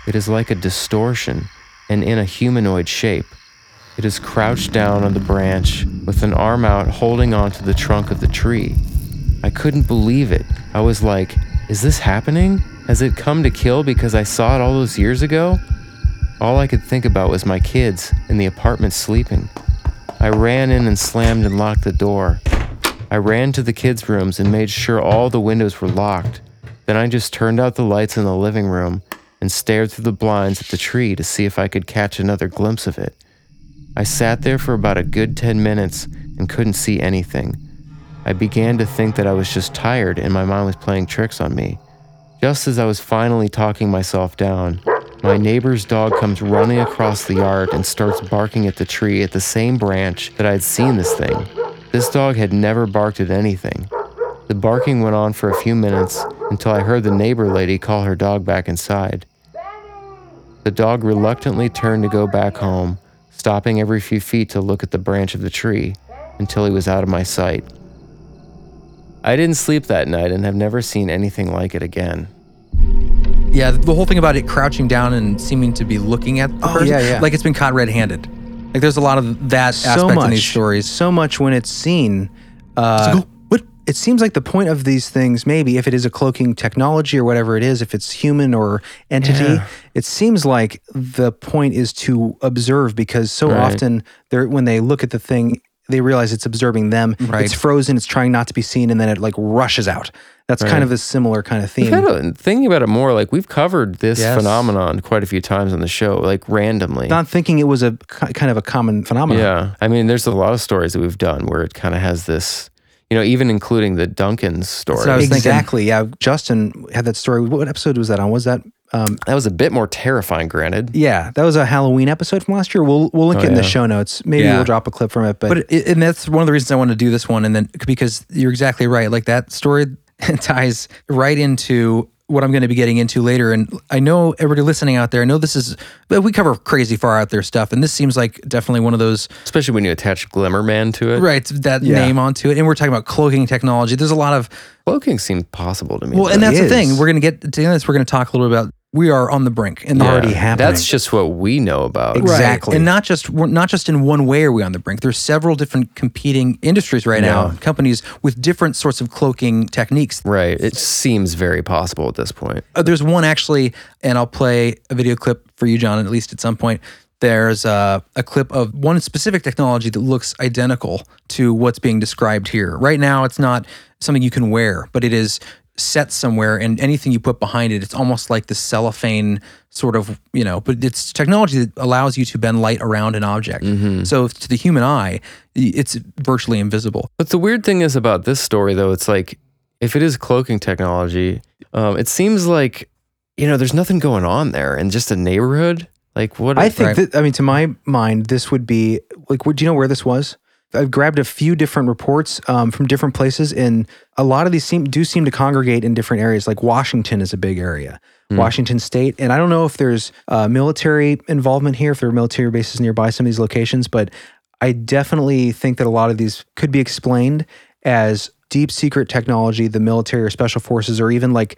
[SPEAKER 3] It is like a distortion and in a humanoid shape. It is crouched down on the branch with an arm out holding onto the trunk of the tree. I couldn't believe it. I was like, is this happening? Has it come to kill because I saw it all those years ago? All I could think about was my kids in the apartment sleeping. I ran in and slammed and locked the door. I ran to the kids' rooms and made sure all the windows were locked. Then I just turned out the lights in the living room and stared through the blinds at the tree to see if I could catch another glimpse of it. I sat there for about a good 10 minutes and couldn't see anything. I began to think that I was just tired and my mind was playing tricks on me. Just as I was finally talking myself down, my neighbor's dog comes running across the yard and starts barking at the tree at the same branch that I had seen this thing. This dog had never barked at anything. The barking went on for a few minutes until I heard the neighbor lady call her dog back inside. The dog reluctantly turned to go back home, stopping every few feet to look at the branch of the tree until he was out of my sight. I didn't sleep that night and have never seen anything like it again.
[SPEAKER 2] Yeah. The whole thing about it crouching down and seeming to be looking at the person,
[SPEAKER 4] Oh, yeah, yeah.
[SPEAKER 2] like it's been caught red handed. Like there's a lot of that
[SPEAKER 4] so
[SPEAKER 2] aspect
[SPEAKER 4] much
[SPEAKER 2] in these stories.
[SPEAKER 4] So much when it's seen. Uh,
[SPEAKER 2] what?
[SPEAKER 4] it seems like the point of these things, maybe if it is a cloaking technology or whatever it is, if it's human or entity, it seems like the point is to observe because so often they're, when they look at the thing, they realize it's observing them.
[SPEAKER 2] Right.
[SPEAKER 4] It's frozen. It's trying not to be seen, and then it like rushes out. That's kind of a similar kind of theme.
[SPEAKER 3] Kind of thinking about it more, like we've covered this
[SPEAKER 2] Yes.
[SPEAKER 3] phenomenon quite a few times on the show, like randomly.
[SPEAKER 4] Not thinking it was a ki- kind of a common phenomenon.
[SPEAKER 3] yeah. I mean, there's a lot of stories that we've done where it kind of has this, you know, even including the Duncan's story.
[SPEAKER 2] what I was thinking.
[SPEAKER 4] exactly. Yeah, Justin had that story. What episode was that on? Was that um,
[SPEAKER 3] that was a bit more terrifying, granted.
[SPEAKER 4] Yeah, that was a Halloween episode from last year. We'll we'll link it in the show notes. Maybe
[SPEAKER 2] Oh, Yeah.
[SPEAKER 4] we'll drop a clip from it. But,
[SPEAKER 2] But it, and that's one of the reasons I want to do this one, and then because you're exactly right. Like that story ties right into what I'm going to be getting into later. And I know everybody listening out there. I know this is but we cover crazy far out there stuff, and this seems like definitely one of those
[SPEAKER 3] Especially when you attach Glimmer Man to it.
[SPEAKER 2] right that name onto it. And we're talking about cloaking technology. There's a lot of
[SPEAKER 3] Cloaking seemed possible to me.
[SPEAKER 2] well, and
[SPEAKER 3] though.
[SPEAKER 2] that's the
[SPEAKER 4] is.
[SPEAKER 2] thing. We're going to get to this. We're going to talk a little bit about we are on the brink and
[SPEAKER 3] Yeah.
[SPEAKER 2] already
[SPEAKER 3] That's just what we know about.
[SPEAKER 2] Right.
[SPEAKER 4] Exactly.
[SPEAKER 2] and not just we're not just in one way are we on the brink there's several different competing industries right now companies with different sorts of cloaking techniques
[SPEAKER 3] Right. It seems very possible at this point.
[SPEAKER 2] Uh, there's one actually and i'll play a video clip for you john at least at some point there's uh, a clip of one specific technology that looks identical to what's being described here right now it's not something you can wear but it is set somewhere and anything you put behind it it's almost like the cellophane sort of you know but it's technology that allows you to bend light around an object so if- to the human eye i- it's virtually invisible
[SPEAKER 3] But the weird thing is about this story, though, it's like if it is cloaking technology, um, it seems like you know there's nothing going on there, and just a neighborhood. Like what?
[SPEAKER 4] I
[SPEAKER 3] if-
[SPEAKER 4] think
[SPEAKER 2] Right.
[SPEAKER 4] that I mean to my mind this would be like where- do you know where this was? I've grabbed a few different reports um, from different places, and a lot of these seem do seem to congregate in different areas. Like Washington is a big area, Washington State, and I don't know if there's uh, military involvement here, if there are military bases nearby some of these locations, but I definitely think that a lot of these could be explained as deep secret technology the military or special forces or even like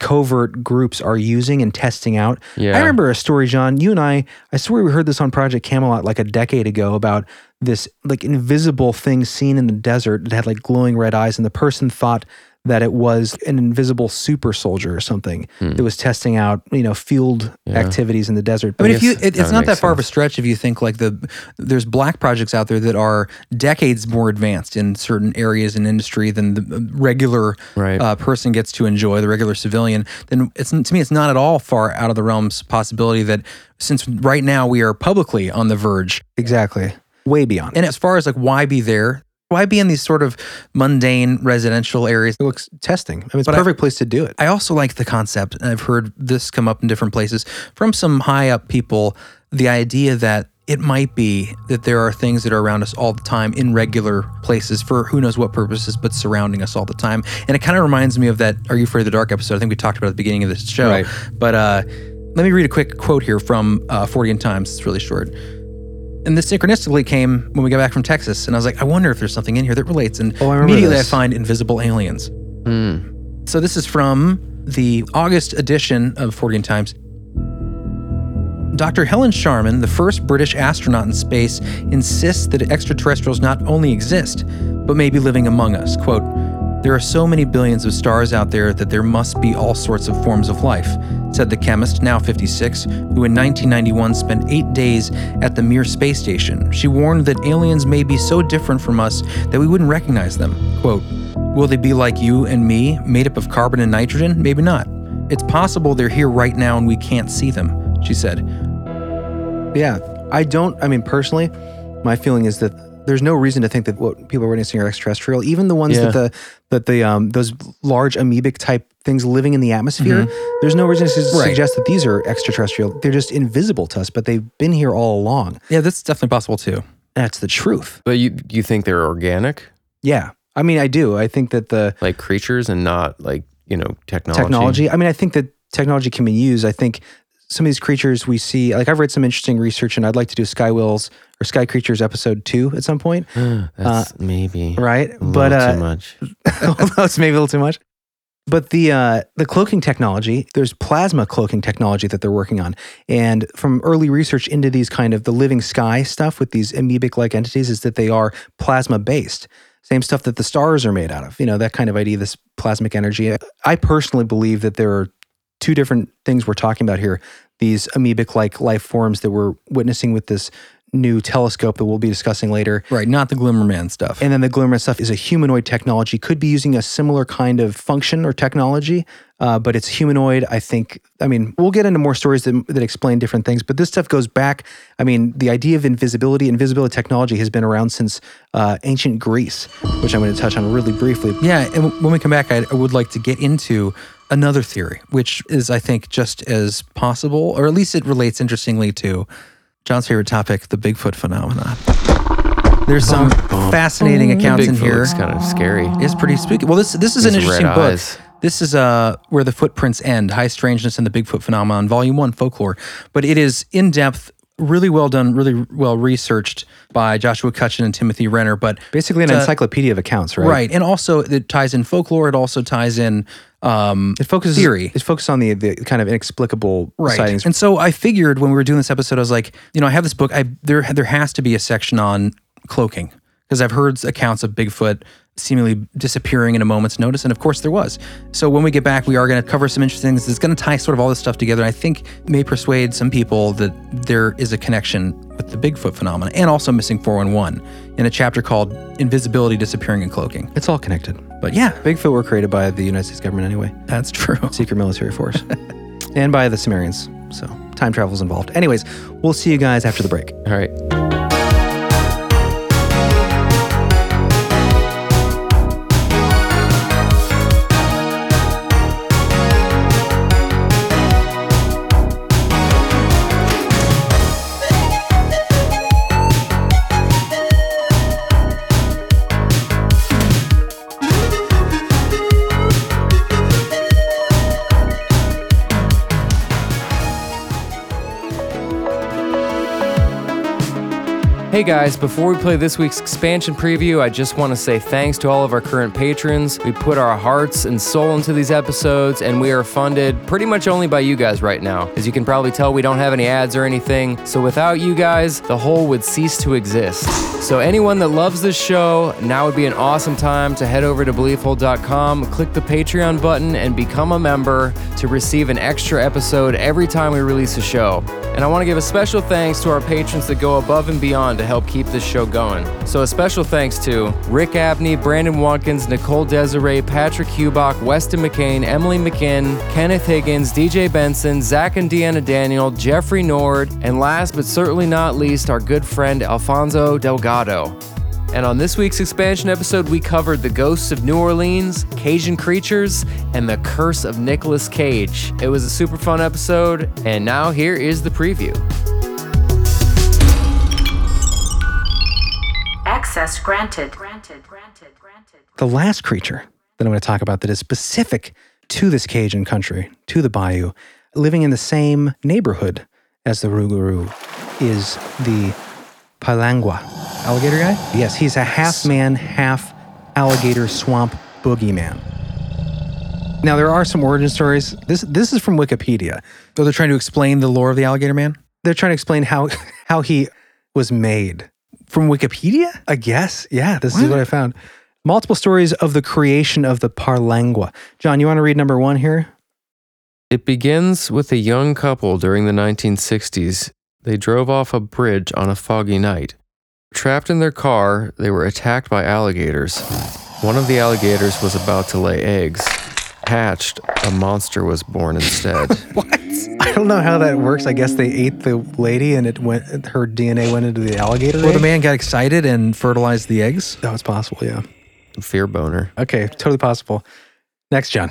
[SPEAKER 4] covert groups are using and testing out. I
[SPEAKER 3] Yeah.
[SPEAKER 4] remember a story, John. You and I, I swear we heard this on Project Camelot like a decade ago about this like invisible thing seen in the desert that had like glowing red eyes, and the person thought that it was an invisible super soldier or something
[SPEAKER 3] Hmm.
[SPEAKER 4] that was testing out, you know, field activities in the desert.
[SPEAKER 2] I mean, if you, it, it's
[SPEAKER 3] that
[SPEAKER 2] not that
[SPEAKER 3] makes
[SPEAKER 2] far of a stretch if you think like the there's black projects out there that are decades more advanced in certain areas and industry than the uh, regular
[SPEAKER 3] Right.
[SPEAKER 2] uh, person gets to enjoy, the regular civilian. Then it's to me, it's not at all far out of the realms possibility that since right now we are publicly on the verge
[SPEAKER 4] exactly way beyond.
[SPEAKER 2] and as far as like why be there, why be in these sort of mundane residential areas?
[SPEAKER 4] it looks testing. I mean, it's
[SPEAKER 2] But
[SPEAKER 4] a
[SPEAKER 2] I-
[SPEAKER 4] perfect place to do it.
[SPEAKER 2] I also like the concept, and I've heard this come up in different places from some high up people the idea that it might be that there are things that are around us all the time in regular places for who knows what purposes, but surrounding us all the time. And it kind of reminds me of that Are You Afraid of the Dark episode I think we talked about at the beginning of this show.
[SPEAKER 3] Right.
[SPEAKER 2] But uh, let me read a quick quote here from uh, 40 and Times. It's really short. And this synchronistically came when we got back from Texas. And I was like, I wonder if there's something in here that relates. And
[SPEAKER 4] Oh, I remember
[SPEAKER 2] immediately
[SPEAKER 4] this. Hmm.
[SPEAKER 2] I find invisible aliens. So this is from the August edition of 40 Times. Dr. Helen Sharman, the first British astronaut in space, insists that extraterrestrials not only exist, but may be living among us. Quote, there are so many billions of stars out there that there must be all sorts of forms of life, said the chemist, now 56, who in 1991 spent eight days at the Mir space station. She warned that aliens may be so different from us that we wouldn't recognize them. Quote, Will they be like you and me, made up of carbon and nitrogen? Maybe not. It's possible they're here right now and we can't see them, she said.
[SPEAKER 4] Yeah. I don't, I mean, personally, my feeling is that there's no reason to think that what people are witnessing are extraterrestrial. Even the ones
[SPEAKER 3] Yeah.
[SPEAKER 4] that the, that the, um, those large amoebic type things living in the atmosphere, there's no reason to su-
[SPEAKER 2] Right.
[SPEAKER 4] suggest that these are extraterrestrial. They're just invisible to us, but they've been here all along.
[SPEAKER 2] Yeah, that's definitely possible too.
[SPEAKER 4] That's the truth.
[SPEAKER 3] but you you think they're organic,
[SPEAKER 4] Yeah. I mean, I do. I think that the,
[SPEAKER 3] like creatures, and not like you know technology.
[SPEAKER 4] technology. I mean, I think that technology can be used. I think some of these creatures we see, like I've read some interesting research, and I'd like to do Sky Whales or Sky Creatures episode two at some point,
[SPEAKER 3] That's maybe
[SPEAKER 4] Uh, right?
[SPEAKER 3] a
[SPEAKER 4] But
[SPEAKER 3] little
[SPEAKER 4] uh,
[SPEAKER 3] too much.
[SPEAKER 4] although it's maybe a little too much. But the uh, the cloaking technology, there's plasma cloaking technology that they're working on, and from early research into these kind of the living sky stuff with these amoebic like entities is that they are plasma based. Same stuff that the stars are made out of, you know, that kind of idea, this plasmic energy. I personally believe that there are two different things we're talking about here these amoebic like life forms that we're witnessing with this new telescope that we'll be discussing later.
[SPEAKER 2] Right, not the Glimmer Man stuff.
[SPEAKER 4] And then the glimmer stuff is a humanoid technology, could be using a similar kind of function or technology, uh, but it's humanoid. I think, I mean, we'll get into more stories that, that explain different things, but this stuff goes back. I mean, the idea of invisibility, invisibility technology has been around since uh, ancient Greece, which I'm going to touch on really briefly.
[SPEAKER 2] yeah, and w- when we come back, I, I would like to get into another theory, which is, I think, just as possible, or at least it relates interestingly to John's favorite topic, the Bigfoot phenomenon. There's some fascinating accounts in here.
[SPEAKER 3] Bigfoot's kind of scary.
[SPEAKER 2] It's pretty spooky. Well, this this is an
[SPEAKER 3] These
[SPEAKER 2] interesting
[SPEAKER 3] red
[SPEAKER 2] book.
[SPEAKER 3] eyes.
[SPEAKER 2] This is uh where the footprints end: High Strangeness and the Bigfoot Phenomenon, Volume One, Folklore. But it is in depth Really well done, really well researched by Joshua Cutchin and Timothy Renner. But
[SPEAKER 4] Basically, an
[SPEAKER 2] Uh,
[SPEAKER 4] encyclopedia of accounts, right?
[SPEAKER 2] right, and also it ties in folklore. It also ties in um,
[SPEAKER 4] It focuses
[SPEAKER 2] Theory.
[SPEAKER 4] It focuses on the, the kind of inexplicable sightings.
[SPEAKER 2] And so I figured when we were doing this episode, I was like, you know, I have this book. I there there has to be a section on cloaking because I've heard accounts of Bigfoot seemingly disappearing in a moment's notice, and of course there was. So when we get back, we are going to cover some interesting things. It's going to tie sort of all this stuff together. I think may persuade some people that there is a connection with the Bigfoot phenomenon and also missing 411 in a chapter called "Invisibility Disappearing and Cloaking."
[SPEAKER 4] it's all connected.
[SPEAKER 2] But yeah,
[SPEAKER 4] Bigfoot were created by the United States government anyway,
[SPEAKER 2] that's true.
[SPEAKER 4] secret military force, and by the Sumerians. So time travel's involved. Anyways, we'll see you guys after the break.
[SPEAKER 3] All right. Hey guys, before we play this week's expansion preview, I just want to say thanks to all of our current patrons. We put our hearts and soul into these episodes, and we are funded pretty much only by you guys right now. As you can probably tell, we don't have any ads or anything, so without you guys, the whole would cease to exist. So, anyone that loves this show, now would be an awesome time to head over to beliefhole.com, click the Patreon button, and become a member to receive an extra episode every time we release a show. And I want to give a special thanks to our patrons that go above and beyond to help keep this show going. So a special thanks to Rick Abney, Brandon Watkins, Nicole Desiree, Patrick Hubach, Weston McCain, Emily McKinn, Kenneth Higgins, DJ Benson, Zach and Deanna Daniel, Jeffrey Nord, and last but certainly not least, our good friend Alfonso Delgado. And on this week's expansion episode, we covered the ghosts of New Orleans, Cajun creatures, and the curse of Nicolas Cage. It was a super fun episode, and now here is the preview.
[SPEAKER 7] Access granted. Granted. Granted. Granted.
[SPEAKER 4] The last creature that I'm going to talk about that is specific to this Cajun country, to the bayou, living in the same neighborhood as the Rougarou, is the Palangua alligator guy. Yes, he's a half man, half alligator swamp boogeyman. Now there are some origin stories. This this is from Wikipedia.
[SPEAKER 2] So they're trying to explain the lore of the Alligator Man
[SPEAKER 4] They're trying to explain how how he was made.
[SPEAKER 2] from Wikipedia.
[SPEAKER 4] I guess. Yeah, this is what I found. Multiple stories of the creation of the Parlangua. John, you want to read number one here?
[SPEAKER 3] It begins with a young couple during the 1960s. They drove off a bridge on a foggy night. Trapped in their car, they were attacked by alligators. One of the alligators was about to lay eggs. Hatched, a monster was born instead.
[SPEAKER 4] I don't know how that works. I guess they ate the lady and it went her DNA went into the alligator.
[SPEAKER 2] Well, the
[SPEAKER 4] egg?
[SPEAKER 2] man got excited and fertilized the eggs.
[SPEAKER 4] that was possible, yeah.
[SPEAKER 3] Fear boner.
[SPEAKER 4] Okay, totally possible. Next, John.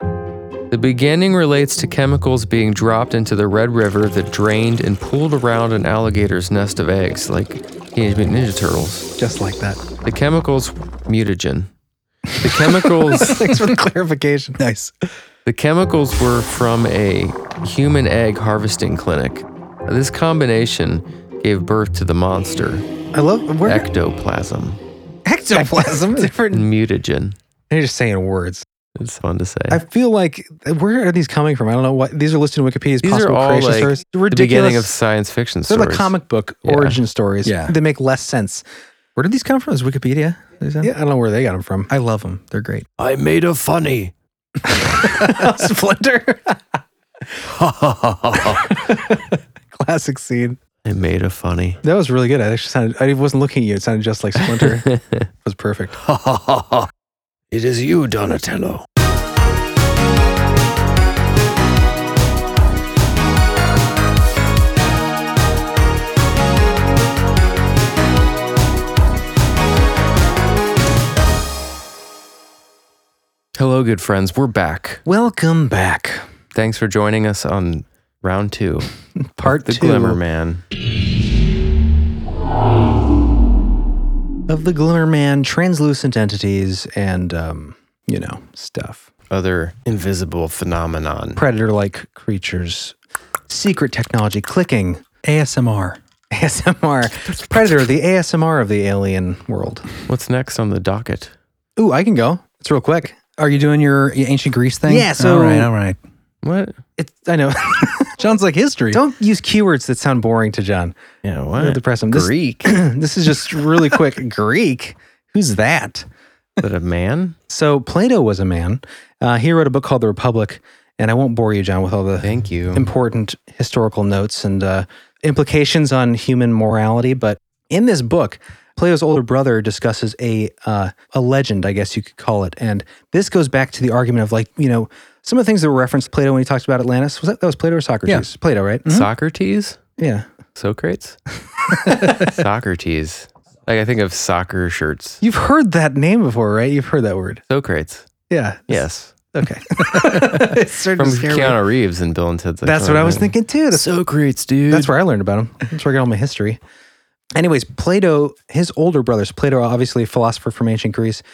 [SPEAKER 3] The beginning relates to chemicals being dropped into the Red River that drained and pooled around an alligator's nest of eggs, like Teenage Mutant Ninja Turtles.
[SPEAKER 4] Just like that.
[SPEAKER 3] The chemicals, mutagen. The chemicals,
[SPEAKER 4] Thanks for the clarification. Nice.
[SPEAKER 3] the chemicals were from a human egg harvesting clinic. This combination gave birth to the monster
[SPEAKER 4] I love where
[SPEAKER 3] ectoplasm,
[SPEAKER 4] ectoplasm. Different.
[SPEAKER 3] mutagen.
[SPEAKER 4] They're just saying words.
[SPEAKER 3] It's fun to say.
[SPEAKER 4] I feel like where are these coming from? I don't know what these are listed in Wikipedia's
[SPEAKER 3] These are
[SPEAKER 4] possible
[SPEAKER 3] all
[SPEAKER 4] creation
[SPEAKER 3] like
[SPEAKER 4] stories.
[SPEAKER 3] the beginning of science fiction
[SPEAKER 4] They're
[SPEAKER 3] stories.
[SPEAKER 4] like comic book
[SPEAKER 3] Yeah.
[SPEAKER 4] origin stories.
[SPEAKER 2] Yeah.
[SPEAKER 4] They make less sense.
[SPEAKER 2] Where did these come from? Is Wikipedia? Is that-
[SPEAKER 4] Yeah, I don't know where they got them from.
[SPEAKER 2] I love them. They're great.
[SPEAKER 3] I made a funny.
[SPEAKER 4] Splinter. Classic scene.
[SPEAKER 3] I made a funny.
[SPEAKER 4] That was really good. I actually sounded, I wasn't looking at you. It sounded just like Splinter. it was perfect.
[SPEAKER 3] It is you, Donatello. Hello, good friends. We're back.
[SPEAKER 4] Welcome back.
[SPEAKER 3] Thanks for joining us on round two.
[SPEAKER 4] Part
[SPEAKER 3] the
[SPEAKER 4] two
[SPEAKER 3] Glimmer Man.
[SPEAKER 4] of the Glimmer Man, translucent entities, and, um, you know, stuff.
[SPEAKER 3] Other invisible phenomenon.
[SPEAKER 4] Predator like creatures, secret technology, clicking,
[SPEAKER 2] ASMR.
[SPEAKER 4] ASMR. Predator, the ASMR of the alien world.
[SPEAKER 3] What's next on the docket?
[SPEAKER 4] Ooh, I can go. It's real quick. Uh,
[SPEAKER 2] Are you doing your ancient Greece thing?
[SPEAKER 4] Yeah, so-
[SPEAKER 2] all right, all right.
[SPEAKER 3] What?
[SPEAKER 4] It's I know.
[SPEAKER 2] Sounds like history.
[SPEAKER 4] Don't use keywords that sound boring to John.
[SPEAKER 3] Yeah,
[SPEAKER 4] It'll
[SPEAKER 3] what?
[SPEAKER 4] depress him. This,
[SPEAKER 3] Greek? Is
[SPEAKER 4] this is just really quick. Greek. Who's that?
[SPEAKER 3] that a man?
[SPEAKER 4] So Plato was a man. Uh, he wrote a book called The Republic, and I won't bore you, John, with all the
[SPEAKER 3] Thank you.
[SPEAKER 4] important historical notes and uh, implications on human morality. But in this book, Plato's older brother discusses a uh, a legend, I guess you could call it, and this goes back to the argument of like you know some of the things that were referenced to Plato when he talks about Atlantis was that that was Plato or Socrates? Plato, right?
[SPEAKER 3] Socrates?
[SPEAKER 4] Yeah.
[SPEAKER 3] Socrates? Socrates. Like I think of soccer shirts.
[SPEAKER 4] You've heard that name before, right? You've heard that word.
[SPEAKER 3] Socrates.
[SPEAKER 4] Yeah.
[SPEAKER 3] Yes.
[SPEAKER 4] Okay. It's starting
[SPEAKER 3] From
[SPEAKER 4] to scare me.
[SPEAKER 3] Keanu Reeves and Bill and Ted's. "Oh,
[SPEAKER 4] That's what I was thinking too. That's
[SPEAKER 3] Socrates, dude.
[SPEAKER 4] That's where I learned about him. That's where I got all my history. Anyways, Plato, his older brothers, Plato, obviously a philosopher from ancient Greece,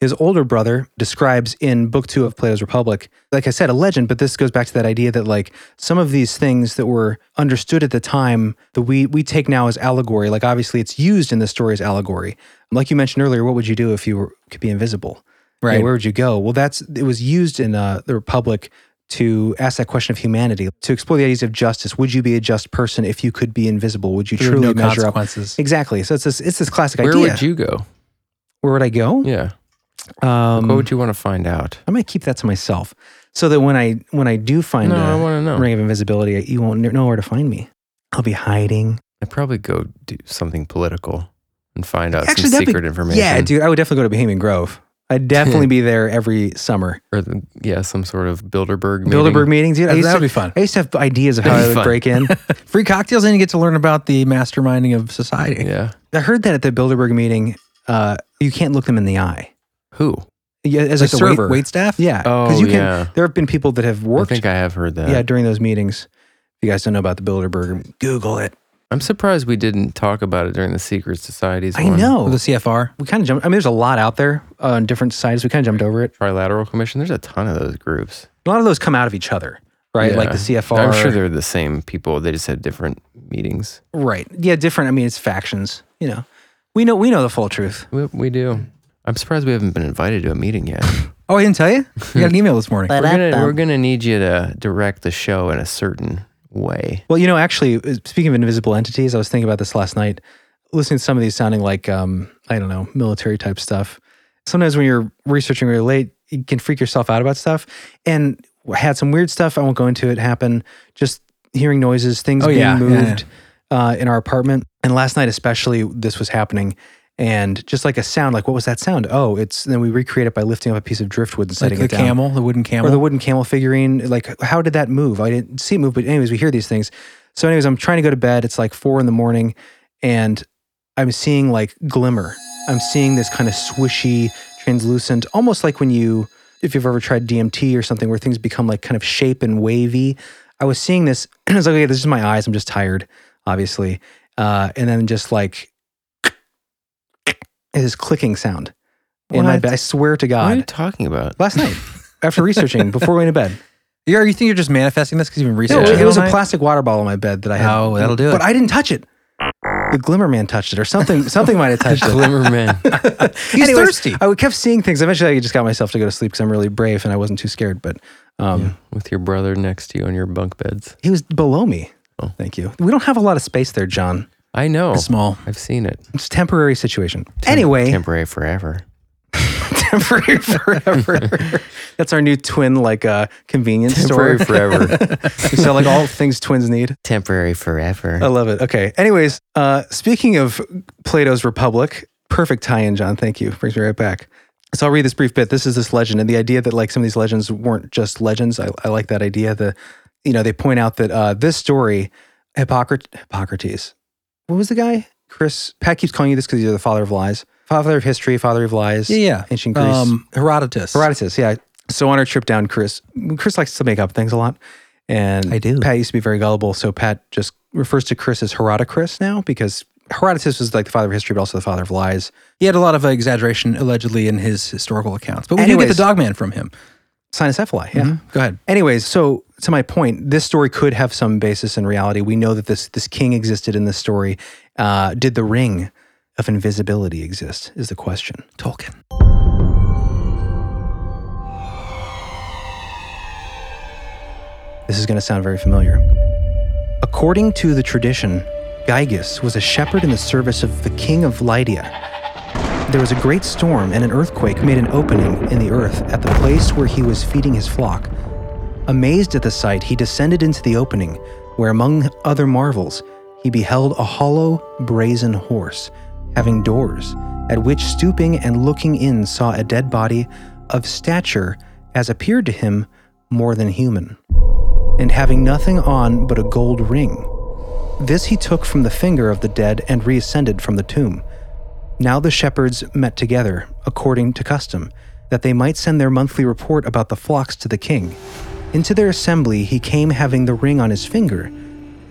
[SPEAKER 4] his older brother describes in book two of Plato's Republic, like I said, a legend, but this goes back to that idea that like some of these things that were understood at the time that we we take now as allegory, like obviously it's used in the story as allegory. Like you mentioned earlier, what would you do if you were, could be invisible? You know,
[SPEAKER 2] Right.
[SPEAKER 4] where would you go? Well, that's it was used in uh, the Republic to ask that question of humanity, to explore the ideas of justice. Would you be a just person if you could be invisible? Would you
[SPEAKER 2] There are
[SPEAKER 4] truly
[SPEAKER 2] no
[SPEAKER 4] measure up?
[SPEAKER 2] consequences.
[SPEAKER 4] Exactly. So it's this it's this classic
[SPEAKER 3] Where
[SPEAKER 4] idea.
[SPEAKER 3] would you go?
[SPEAKER 4] Where would I go?
[SPEAKER 3] Yeah.
[SPEAKER 4] Um,
[SPEAKER 3] What would you want to find out?
[SPEAKER 4] I might keep that to myself, so that when I when I do find
[SPEAKER 3] No, I
[SPEAKER 4] a
[SPEAKER 3] wanna know.
[SPEAKER 4] ring of invisibility, you won't kn- know where to find me. I'll be hiding.
[SPEAKER 3] I'd probably go do something political and find out
[SPEAKER 4] Actually,
[SPEAKER 3] some
[SPEAKER 4] that'd be-
[SPEAKER 3] secret information.
[SPEAKER 4] Yeah, dude, I would definitely go to Bohemian Grove. I'd definitely be there every summer.
[SPEAKER 3] Or the, yeah, some sort of Bilderberg. Meeting.
[SPEAKER 4] Bilderberg meetings, dude. I
[SPEAKER 2] That-
[SPEAKER 4] used
[SPEAKER 2] that
[SPEAKER 4] to-
[SPEAKER 2] would be fun.
[SPEAKER 4] I used to have ideas of how
[SPEAKER 3] That'd
[SPEAKER 4] I
[SPEAKER 3] be
[SPEAKER 4] would
[SPEAKER 3] fun.
[SPEAKER 4] break in.
[SPEAKER 2] Free cocktails, and you get to learn about the masterminding of society.
[SPEAKER 3] Yeah.
[SPEAKER 4] I heard that at the Bilderberg meeting, uh, you can't look them in the eye.
[SPEAKER 3] Who?
[SPEAKER 4] Yeah, as
[SPEAKER 2] Like
[SPEAKER 4] a
[SPEAKER 2] the wait-
[SPEAKER 4] server.
[SPEAKER 2] wait staff?
[SPEAKER 4] Yeah,
[SPEAKER 3] Oh,
[SPEAKER 4] you can.
[SPEAKER 3] yeah.
[SPEAKER 4] There have been people that have
[SPEAKER 3] I
[SPEAKER 4] worked.
[SPEAKER 3] think I uh, have heard that.
[SPEAKER 4] yeah, during those meetings. If you guys don't know about the Bilderberg, Google it.
[SPEAKER 3] I'm surprised we didn't talk about it during the secret societies.
[SPEAKER 4] I
[SPEAKER 3] one.
[SPEAKER 4] know.
[SPEAKER 2] Or the CFR.
[SPEAKER 4] we kind of jumped. I mean, there's a lot out there uh, on different sites. We kind of jumped over it.
[SPEAKER 3] Trilateral Commission. There's a ton of those groups.
[SPEAKER 4] A lot of those come out of each other, right? Like
[SPEAKER 3] Yeah.
[SPEAKER 4] the CFR.
[SPEAKER 3] I'm sure they're the same people. They just had different meetings.
[SPEAKER 4] right. Yeah, different. I mean, it's factions. You know, we know we know the full truth.
[SPEAKER 3] We, we do. I'm surprised we haven't been invited to a meeting yet.
[SPEAKER 2] Oh, I didn't tell you? You got an email this morning.
[SPEAKER 3] we're gonna we're gonna need you to direct the show in a certain way.
[SPEAKER 4] Well, you know, actually, uh, speaking of invisible entities, I was thinking about this last night, listening to some of these sounding like, um, I don't know, military type stuff. Sometimes when you're researching really late, you can freak yourself out about stuff. And I had some weird stuff, I won't go into it, happen. Just hearing noises, things
[SPEAKER 2] Oh,
[SPEAKER 4] being
[SPEAKER 2] yeah, yeah,
[SPEAKER 4] moved Uh, in our apartment. And last night, especially, this was happening. And just like a sound, like, what was that sound? Oh, it's, then we recreate it by lifting up a piece of driftwood and
[SPEAKER 2] Like
[SPEAKER 4] setting
[SPEAKER 2] the
[SPEAKER 4] it down
[SPEAKER 2] camel, the wooden camel.
[SPEAKER 4] or the wooden camel figurine. Like, how did that move? I didn't see it move, but anyways, we hear these things. So, anyways, I'm trying to go to bed. It's like four in the morning, and I'm seeing like glimmer. I'm seeing this kind of swishy, translucent, almost like when you, if you've ever tried DMT or something, where things become like kind of shape and wavy. I was seeing this. I was like, okay, this is my eyes. I'm just tired, obviously. Uh, and then just like this clicking sound in my
[SPEAKER 3] What?
[SPEAKER 4] bed. I swear to
[SPEAKER 3] What are you
[SPEAKER 4] God,
[SPEAKER 3] talking about?
[SPEAKER 4] last night after researching before going to bed.
[SPEAKER 2] You're, you think you're just manifesting this because you've been
[SPEAKER 4] No,
[SPEAKER 2] researching?
[SPEAKER 4] it was
[SPEAKER 2] all
[SPEAKER 4] a
[SPEAKER 2] night?
[SPEAKER 4] plastic water bottle in my bed that I had.
[SPEAKER 2] Oh, that'll do it.
[SPEAKER 4] But I didn't touch it. The Glimmer Man touched it, or something. Something might have touched it.
[SPEAKER 3] Glimmer man.
[SPEAKER 4] He's
[SPEAKER 2] thirsty.
[SPEAKER 4] I kept seeing things. Eventually, I just got myself to go to sleep because I'm really brave and I wasn't too scared. But um,
[SPEAKER 3] with your brother next to you on your bunk beds.
[SPEAKER 4] he was below me.
[SPEAKER 2] Oh.
[SPEAKER 4] Thank you. We don't have a lot of space there, John.
[SPEAKER 3] I know.
[SPEAKER 2] small.
[SPEAKER 3] I've seen it.
[SPEAKER 4] It's a temporary situation. anyway,
[SPEAKER 3] Temporary forever.
[SPEAKER 4] temporary forever. That's our new twin, like uh, convenience store.
[SPEAKER 3] Temporary forever.
[SPEAKER 4] We sell like all things twins need.
[SPEAKER 3] Temporary forever.
[SPEAKER 4] I love it. Okay. Anyways, uh, speaking of Plato's Republic, perfect tie-in, John. Thank you. Brings me right back. So I'll read this brief bit. This is this legend, and the idea that like some of these legends weren't just legends. I, I like that idea. The you know they point out that uh, this story, Hippocrates, Hippocrates, what was the guy? Chris Pat keeps calling you this because you're the father of lies, father of history, father of lies.
[SPEAKER 2] Yeah, Um, yeah.
[SPEAKER 4] Ancient Greece.
[SPEAKER 2] Herodotus.
[SPEAKER 4] Herodotus, yeah. So on our trip down, Chris, Chris likes to make up things a lot, and I do. Pat used to be very gullible, so Pat just refers to Chris as Herodocris now because Herodotus was like the father of history, but also the father of lies.
[SPEAKER 2] He had a lot of uh, exaggeration allegedly in his historical accounts, but we do get
[SPEAKER 4] Anyways.
[SPEAKER 2] the dogman from him. Mm-hmm.
[SPEAKER 4] Cynocephali. Yeah.
[SPEAKER 2] Go ahead.
[SPEAKER 4] Anyways, so to my point, this story could have some basis in reality. We know that this this king existed in this story. Uh, did the ring of invisibility exist? Is the question.
[SPEAKER 2] Tolkien.
[SPEAKER 4] This is going to sound very familiar. According to the tradition, Gygas was a shepherd in the service of the king of Lydia. There was a great storm, and an earthquake made an opening in the earth at the place where he was feeding his flock. Amazed at the sight, he descended into the opening, where, among other marvels, he beheld a hollow, brazen horse, having doors, at which, stooping and looking in, saw a dead body of stature, as appeared to him, more than human and having nothing on but a gold ring. This he took from the finger of the dead and reascended from the tomb. Now the shepherds met together, according to custom, that they might send their monthly report about the flocks to the king. Into their assembly he came having the ring on his finger,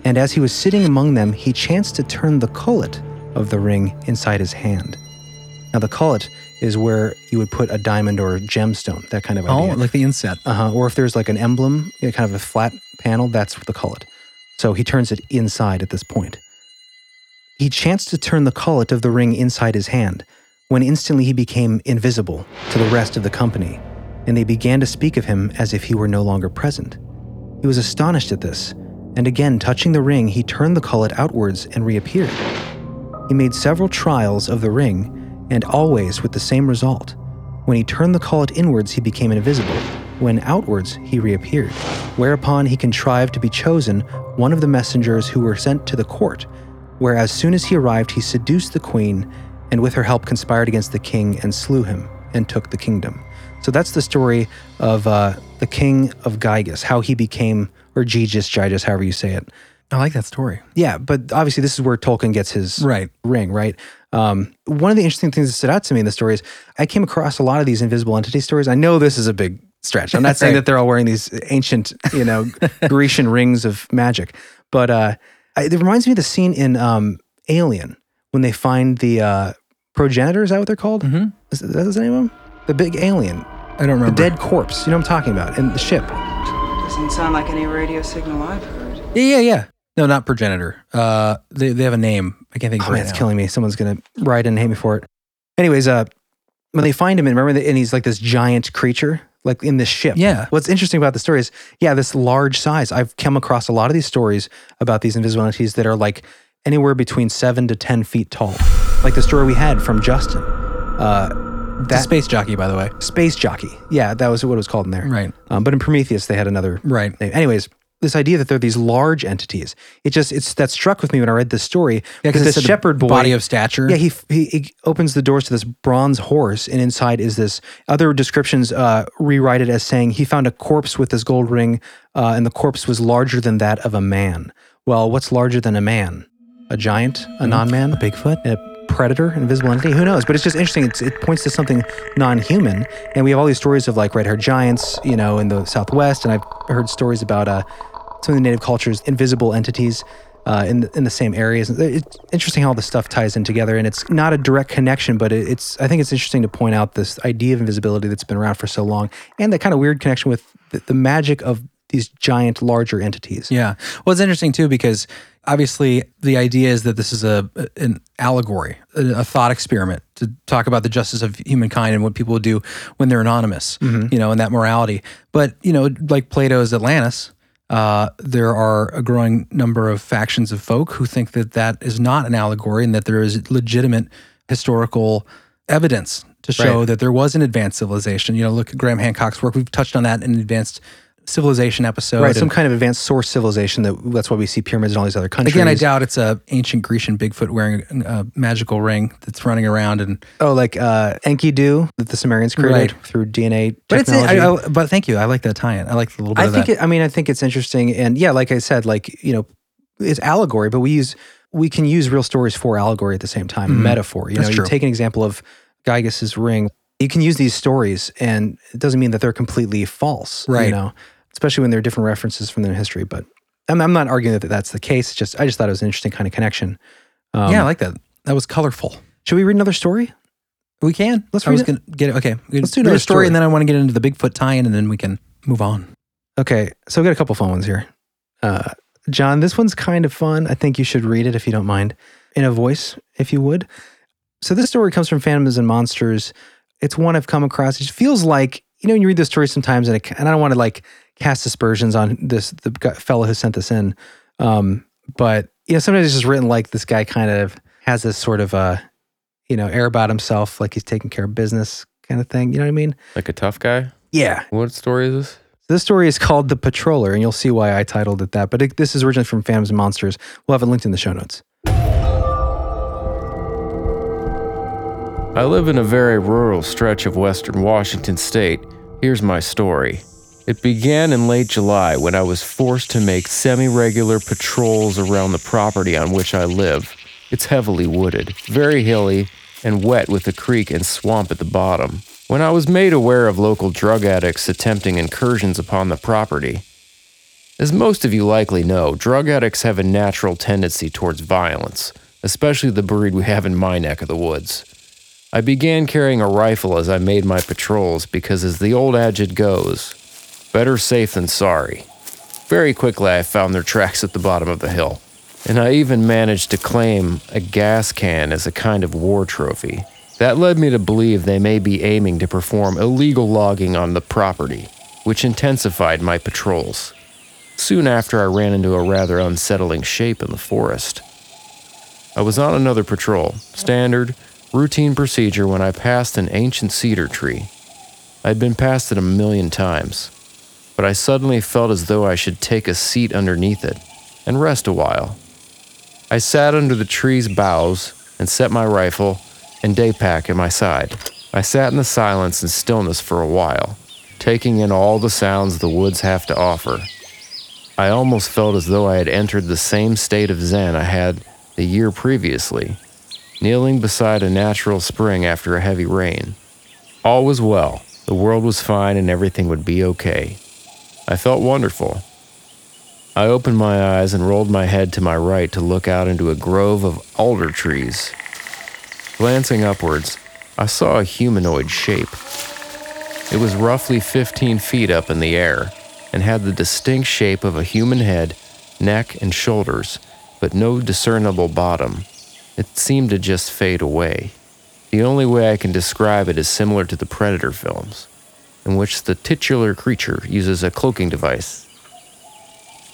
[SPEAKER 4] and as he was sitting among them, he chanced to turn the collet of the ring inside his hand. Now the collet is where you would put a diamond or a gemstone, that kind of
[SPEAKER 2] Oh,
[SPEAKER 4] idea.
[SPEAKER 2] like the inset.
[SPEAKER 4] Uh-huh. Or if there's like an emblem, you know, kind of a flat panel, that's what they call it. So he turns it inside at this point. He chanced to turn the collet of the ring inside his hand, when instantly he became invisible to the rest of the company, and they began to speak of him as if he were no longer present. He was astonished at this, and again touching the ring, he turned the collet outwards and reappeared. He made several trials of the ring, and always with the same result. When he turned the collet inwards, he became invisible. When outwards, he reappeared. Whereupon he contrived to be chosen one of the messengers who were sent to the court, where as soon as he arrived, he seduced the queen, and with her help conspired against the king and slew him and took the kingdom. So that's the story of uh, the king of Gygas, how he became, or Gygas, Gygas, however you say it.
[SPEAKER 2] I like that story.
[SPEAKER 4] Yeah, but obviously this is where Tolkien gets his
[SPEAKER 2] Right.
[SPEAKER 4] ring, right? Um, one of the interesting things that stood out to me in the story is I came across a lot of these invisible entity stories. I know this is a big stretch. I'm not saying
[SPEAKER 2] Right.
[SPEAKER 4] that they're all wearing these ancient, you know, Grecian rings of magic, but uh, I, it reminds me of the scene in um, Alien when they find the uh, progenitor. Is that what they're called? Mm-hmm. Is, that the name of them? The big alien,
[SPEAKER 2] I don't remember.
[SPEAKER 4] the dead corpse. You know what I'm talking about? And the ship.
[SPEAKER 8] Doesn't sound like any radio signal I've heard.
[SPEAKER 2] Yeah, yeah, yeah. No, not progenitor. Uh, they, they have a name. I can't think of
[SPEAKER 4] Oh
[SPEAKER 2] it
[SPEAKER 4] man,
[SPEAKER 2] right
[SPEAKER 4] it's
[SPEAKER 2] now.
[SPEAKER 4] killing me. Someone's gonna write in and hate me for it. Anyways, uh, when they find him, and remember, that, and he's like this giant creature, like in this ship.
[SPEAKER 2] Yeah.
[SPEAKER 4] What's interesting about the story is, yeah, this large size. I've come across a lot of these stories about these invisible entities that are like anywhere between seven to ten feet tall, like the story we had from Justin, uh,
[SPEAKER 2] It's a
[SPEAKER 4] that
[SPEAKER 2] space jockey, by the way.
[SPEAKER 4] space jockey. Yeah, that was what it was called in there.
[SPEAKER 2] Right.
[SPEAKER 4] Um, but in Prometheus, they had another
[SPEAKER 2] Right.
[SPEAKER 4] name. Anyways. This idea that they're these large entities, it just it's that struck with me when I read this story.
[SPEAKER 2] Yeah,
[SPEAKER 4] because
[SPEAKER 2] because
[SPEAKER 4] this
[SPEAKER 2] it's
[SPEAKER 4] shepherd boy,
[SPEAKER 2] body of stature.
[SPEAKER 4] yeah, he, he he opens the doors to this bronze horse, and inside is this other descriptions uh, rewrite it as saying he found a corpse with this gold ring, uh, and the corpse was larger than that of a man. Well, what's larger than a man? A giant,
[SPEAKER 2] Hmm.
[SPEAKER 4] a non-man, a Bigfoot, a predator, an invisible entity? Who knows? But it's just interesting. It's, it points to something non-human, and we have all these stories of like red-haired giants, you know, in the Southwest, and I've heard stories about uh, some of the native cultures, invisible entities uh, in the, in the same areas. It's interesting how all this stuff ties in together, and it's not a direct connection, but it, it's I think it's interesting to point out this idea of invisibility that's been around for so long, and that kind of weird connection with the, the magic of these giant, larger entities.
[SPEAKER 2] Yeah. Well, it's interesting too because obviously the idea is that this is a an allegory, a, a thought experiment to talk about the justice of humankind and what people would do when they're anonymous, you know, and that morality. But you know, like Plato's Atlantis. Uh, there are a growing number of factions of folk who think that that is not an allegory and that there is legitimate historical evidence to show that there was an advanced civilization. You know, look at Graham Hancock's work. We've touched on that in advanced civilization episode.
[SPEAKER 4] Right, some
[SPEAKER 2] and-
[SPEAKER 4] kind of advanced source civilization that that's why we see pyramids in all these other countries.
[SPEAKER 2] Again, I doubt it's a ancient Grecian Bigfoot wearing a magical ring that's running around and.
[SPEAKER 4] Oh, like uh, Enkidu that the Sumerians created
[SPEAKER 2] Right.
[SPEAKER 4] through DNA technology.
[SPEAKER 2] But it's I, I- but thank you. I like that tie-in. I like the little bit
[SPEAKER 4] I
[SPEAKER 2] of
[SPEAKER 4] think
[SPEAKER 2] that.
[SPEAKER 4] it, I mean I think it's interesting and yeah like I said like you know it's allegory but we use we can use real stories for allegory at the same time metaphor you
[SPEAKER 2] Mm-hmm. That's
[SPEAKER 4] know
[SPEAKER 2] true.
[SPEAKER 4] you take an example of Gygas's ring you can use these stories and it doesn't mean that they're completely false
[SPEAKER 2] Right.
[SPEAKER 4] you know especially when they're different references from their history but I'm, I'm not arguing that that's the case it's just I
[SPEAKER 2] um,
[SPEAKER 4] just thought it was an interesting kind of connection
[SPEAKER 2] yeah, I like that. That was colorful.
[SPEAKER 4] should we read another story
[SPEAKER 2] We can.
[SPEAKER 4] Let's
[SPEAKER 2] I was
[SPEAKER 4] read
[SPEAKER 2] gonna get it. Okay.
[SPEAKER 4] Let's do
[SPEAKER 2] Read
[SPEAKER 4] another
[SPEAKER 2] a story,
[SPEAKER 4] story.
[SPEAKER 2] and then I want to get into the Bigfoot tie-in, and then we can move on.
[SPEAKER 4] Okay, so I've got a couple fun ones here. Uh, John, this one's kind of fun. I think you should read it if you don't mind, in a voice, if you would. So this story comes from Phantoms and Monsters. It's one I've come across. It feels like you know when you read this story sometimes, and, it, and I don't want to like cast aspersions on this the guy- fellow who sent this in, um, but you know sometimes it's just written like this guy kind of has this sort of uh, you know air about himself, like he's taking care of business kind of thing. You know what I mean?
[SPEAKER 3] Like a tough guy?
[SPEAKER 4] Yeah,
[SPEAKER 3] What story is this?
[SPEAKER 4] so this story is called The Patroller, and you'll see why I titled it that. But it, this is originally from Phantoms and Monsters. We'll have it linked in the show notes.
[SPEAKER 3] I live in a very rural stretch of western Washington state. Here's my story. It began in late July when I was forced to make semi regular patrols around the property on which I live. It's heavily wooded, very hilly, and wet with a creek and swamp at the bottom. When I was made aware of local drug addicts attempting incursions upon the property, as most of you likely know, drug addicts have a natural tendency towards violence, especially the breed we have in my neck of the woods. I began carrying a rifle as I made my patrols because, as the old adage goes, better safe than sorry. Very quickly, I found their tracks at the bottom of the hill, and I even managed to claim a gas can as a kind of war trophy. That led me to believe they may be aiming to perform illegal logging on the property, which intensified my patrols. Soon after, I ran into a rather unsettling shape in the forest. I was on another patrol, standard, routine procedure, when I passed an ancient cedar tree. I'd been past it a million times, but I suddenly felt as though I should take a seat underneath it and rest a while. I sat under the tree's boughs and set my rifle and day pack at my side. I sat in the silence and stillness for a while, taking in all the sounds the woods have to offer. I almost felt as though I had entered the same state of Zen I had the year previously, kneeling beside a natural spring after a heavy rain. All was well, the world was fine, and everything would be okay. I felt wonderful. I opened my eyes and rolled my head to my right to look out into a grove of alder trees. Glancing upwards, I saw a humanoid shape. It was roughly 15 feet up in the air and had the distinct shape of a human head, neck, and shoulders, but no discernible bottom. It seemed to just fade away. The only way I can describe it is similar to the Predator films, in which the titular creature uses a cloaking device.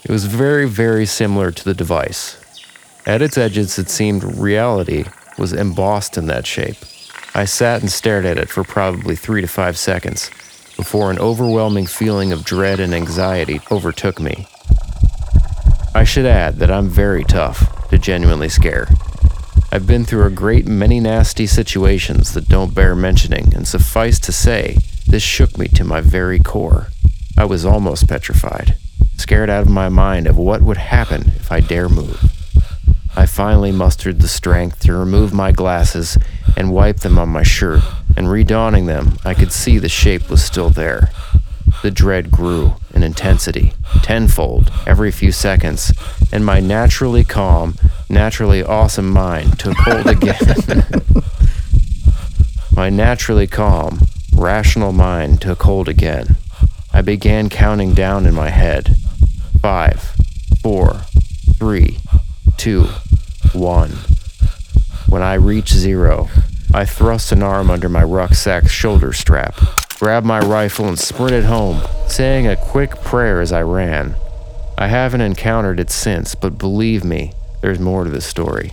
[SPEAKER 3] It was very, very similar to the device. At its edges, it seemed reality was embossed in that shape. I sat and stared at it for probably three to five seconds before an overwhelming feeling of dread and anxiety overtook me. I should add that I'm very tough to genuinely scare. I've been through a great many nasty situations that don't bear mentioning, and suffice to say, this shook me to my very core. I was almost petrified, scared out of my mind of what would happen if I dare move. I finally mustered the strength to remove my glasses and wipe them on my shirt, and redonning them, I could see the shape was still there. The dread grew in intensity, tenfold, every few seconds, and my naturally calm, naturally awesome mind took hold again. my naturally calm, rational mind took hold again. I began counting down in my head five, four, three, two, one. When I reached zero, I thrust an arm under my rucksack's shoulder strap, grabbed my rifle, and sprinted home, saying a quick prayer as I ran. I haven't encountered it since, but believe me, there's more to this story.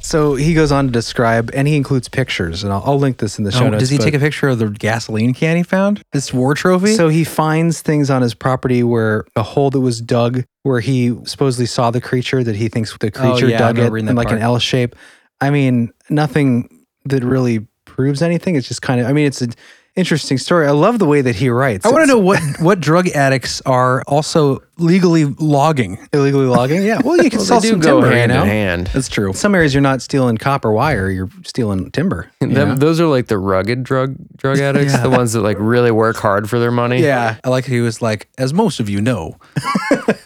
[SPEAKER 4] So he goes on to describe, and he includes pictures, and I'll, I'll link this in the show
[SPEAKER 2] Oh,
[SPEAKER 4] notes.
[SPEAKER 2] does he
[SPEAKER 4] but-
[SPEAKER 2] take a picture of the gasoline can he found? This war trophy?
[SPEAKER 4] So he finds things on his property where a hole that was dug, where he supposedly saw the creature that he thinks the
[SPEAKER 2] Oh,
[SPEAKER 4] creature
[SPEAKER 2] yeah, I
[SPEAKER 4] dug it
[SPEAKER 2] remember reading
[SPEAKER 4] in
[SPEAKER 2] that
[SPEAKER 4] like an
[SPEAKER 2] part.
[SPEAKER 4] L shape. I mean, nothing that really proves anything. It's just kind of, I mean, it's an interesting story. I love the way that he writes.
[SPEAKER 2] I want to
[SPEAKER 4] It's
[SPEAKER 2] know what what drug aicts are also legally logging.
[SPEAKER 4] illegally logging. Yeah. Well, you can sell
[SPEAKER 3] they do
[SPEAKER 4] some
[SPEAKER 3] go
[SPEAKER 4] timber,
[SPEAKER 3] hand
[SPEAKER 4] you know?
[SPEAKER 3] in hand.
[SPEAKER 2] That's true.
[SPEAKER 4] some areas you're not stealing copper wire, you're stealing timber.
[SPEAKER 3] Them- Those are like the rugged drug drug addicts, the ones that like really work hard for their money.
[SPEAKER 2] I like he was like, as most of you know,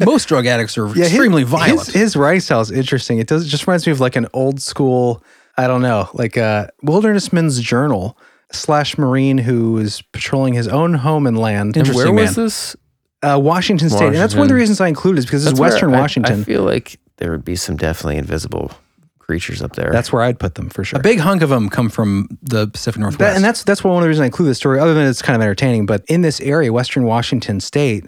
[SPEAKER 2] most drug addicts are
[SPEAKER 4] Yeah, his-
[SPEAKER 2] extremely violent.
[SPEAKER 4] His, his writing style is interesting. It does it just reminds me of like an old school
[SPEAKER 2] I don't know, like a wildernessman's journal slash marine who is patrolling his own home and land.
[SPEAKER 3] And where
[SPEAKER 2] Interesting
[SPEAKER 3] was
[SPEAKER 2] man.
[SPEAKER 3] this?
[SPEAKER 2] Uh, Washington State, and that's one of the
[SPEAKER 3] Washington.
[SPEAKER 2] reasons I included is because it's
[SPEAKER 3] That's where
[SPEAKER 2] Western
[SPEAKER 3] I-
[SPEAKER 2] Washington.
[SPEAKER 3] I feel like there would be some definitely invisible creatures up there.
[SPEAKER 2] that's where I'd put them for sure. A big hunk of them come from the Pacific Northwest,
[SPEAKER 4] That- and that's that's one of the reasons I include this story. Other than it's kind of entertaining, but in this area, Western Washington State,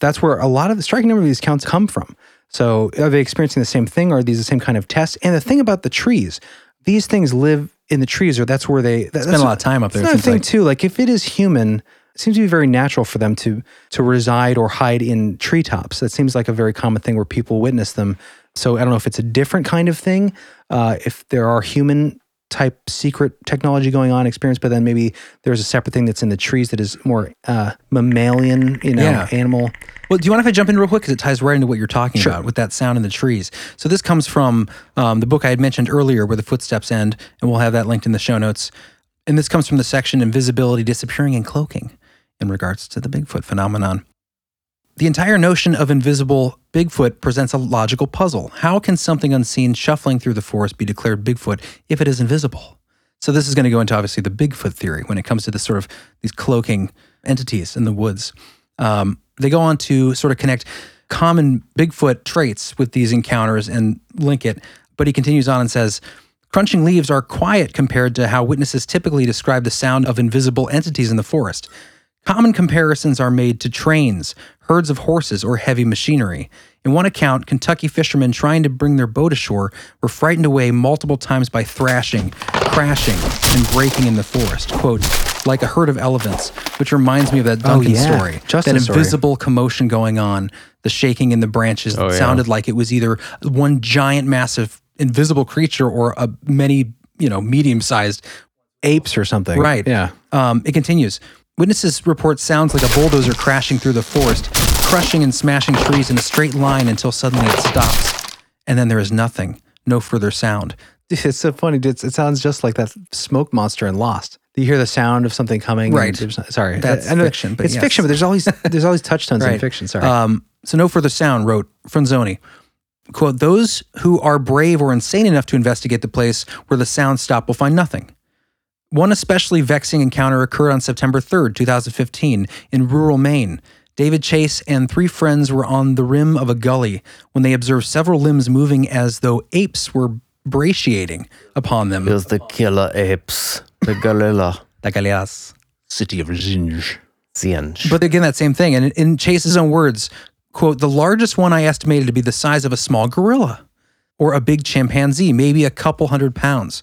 [SPEAKER 4] that's where a lot of the striking number of these counts come from. So are they experiencing the same thing? Are these the same kind of tests? And the thing about the trees, these things live in the trees, or that's where they that, that's
[SPEAKER 2] spend a lot of time up there. it
[SPEAKER 4] Another
[SPEAKER 2] seems
[SPEAKER 4] thing
[SPEAKER 2] like.
[SPEAKER 4] too, like if it is human, it seems to be very natural for them to to reside or hide in treetops. That seems like a very common thing where people witness them. So I don't know if it's a different kind of thing, uh, if there are human type secret technology going on experience, but then maybe there's a separate thing that's in the trees that is more uh, mammalian, you know,
[SPEAKER 2] Yeah.
[SPEAKER 4] animal.
[SPEAKER 2] Well, do you mind if I jump in real quick? Because it ties right into what you're talking about with that sound in the trees. So, this comes from um, the book I had mentioned earlier, Where the Footsteps End, and we'll have that linked in the show notes. And this comes from the section Invisibility, Disappearing, and Cloaking in regards to the Bigfoot phenomenon. The entire notion of invisible Bigfoot presents a logical puzzle. How can something unseen shuffling through the forest be declared Bigfoot if it is invisible? So this is going to go into obviously the Bigfoot theory when it comes to this sort of these cloaking entities in the woods. Um, they go on to sort of connect common Bigfoot traits with these encounters and link it. But he continues on and says, Crunching leaves are quiet compared to how witnesses typically describe the sound of invisible entities in the forest. Common comparisons are made to trains, herds of horses, or heavy machinery. In one account, Kentucky fishermen trying to bring their boat ashore were frightened away multiple times by thrashing, crashing, and breaking in the forest. Quote, like a herd of elephants, which reminds me of that Duncan
[SPEAKER 4] Oh, yeah.
[SPEAKER 2] story.
[SPEAKER 4] Justin's
[SPEAKER 2] that
[SPEAKER 4] story.
[SPEAKER 2] invisible commotion going on, the shaking in the branches that
[SPEAKER 3] yeah.
[SPEAKER 2] sounded like it was either one giant, massive, invisible creature or a many, you know, medium sized
[SPEAKER 4] Apes or something.
[SPEAKER 2] Right.
[SPEAKER 4] Yeah.
[SPEAKER 2] Um, it continues. Witnesses report sounds like a bulldozer crashing through the forest, crushing and smashing trees in a straight line until suddenly it stops. And then there is nothing, no further sound.
[SPEAKER 4] It's so funny. It's, it sounds just like that smoke monster in Lost. You hear the sound of something coming. and
[SPEAKER 2] Right.
[SPEAKER 4] there's not- sorry,
[SPEAKER 2] That's
[SPEAKER 4] I know
[SPEAKER 2] fiction, but
[SPEAKER 4] it's
[SPEAKER 2] yes.
[SPEAKER 4] fiction, but there's always there's always touchstones in
[SPEAKER 2] Right.
[SPEAKER 4] fiction. Sorry.
[SPEAKER 2] Um, so no further sound, wrote Franzoni. Quote, those who are brave or insane enough to investigate the place where the sound stopped will find nothing. One especially vexing encounter occurred on September 3rd, 2015, in rural Maine. David Chase and three friends were on the rim of a gully when they observed several limbs moving as though apes were brachiating upon them.
[SPEAKER 3] It was the killer apes, the gorilla,
[SPEAKER 2] Like alias.
[SPEAKER 4] City of Zinj.
[SPEAKER 3] Zinj.
[SPEAKER 2] But again, that same thing. And in Chase's own words, quote, the largest one I estimated to be the size of a small gorilla or a big chimpanzee, maybe a couple hundred pounds.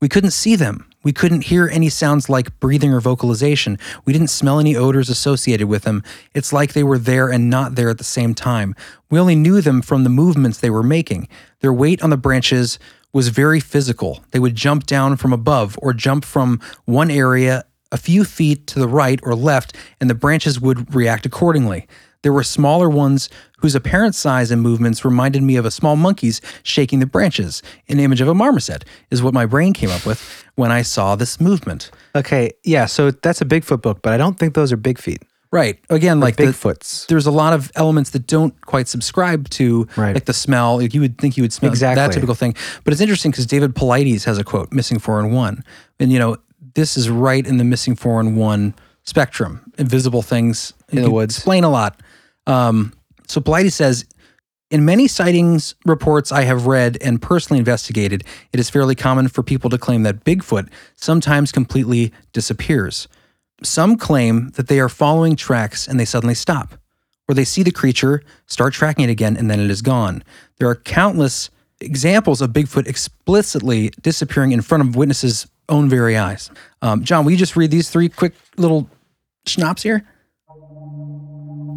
[SPEAKER 2] We couldn't see them. We couldn't hear any sounds like breathing or vocalization. We didn't smell any odors associated with them. It's like they were there and not there at the same time. We only knew them from the movements they were making. Their weight on the branches was very physical. They would jump down from above or jump from one area a few feet to the right or left, and the branches would react accordingly. There were smaller ones whose apparent size and movements reminded me of a small monkey's shaking the branches. An image of a marmoset is what my brain came up with when I saw this movement.
[SPEAKER 4] Okay. Yeah. So that's a Bigfoot book, but I don't think those are big feet.
[SPEAKER 2] Right. Again, like the-
[SPEAKER 4] Bigfoots.
[SPEAKER 2] there's a lot of elements that don't quite subscribe to,
[SPEAKER 4] Right.
[SPEAKER 2] like the smell. Like you would think you would smell that
[SPEAKER 4] Exactly.
[SPEAKER 2] typical thing. But it's interesting because David Polites has a quote, missing four and one. And, you know, this is right in the missing four and one spectrum. Invisible things in
[SPEAKER 4] the woods.
[SPEAKER 2] Explain a lot. Um, so Polites says, in many sightings reports I have read and personally investigated, it is fairly common for people to claim that Bigfoot sometimes completely disappears. Some claim that they are following tracks and they suddenly stop, or they see the creature, start tracking it again, and then it is gone. There are countless examples of Bigfoot explicitly disappearing in front of witnesses' own very eyes. Um, John, will you just read these three quick little schnapps here?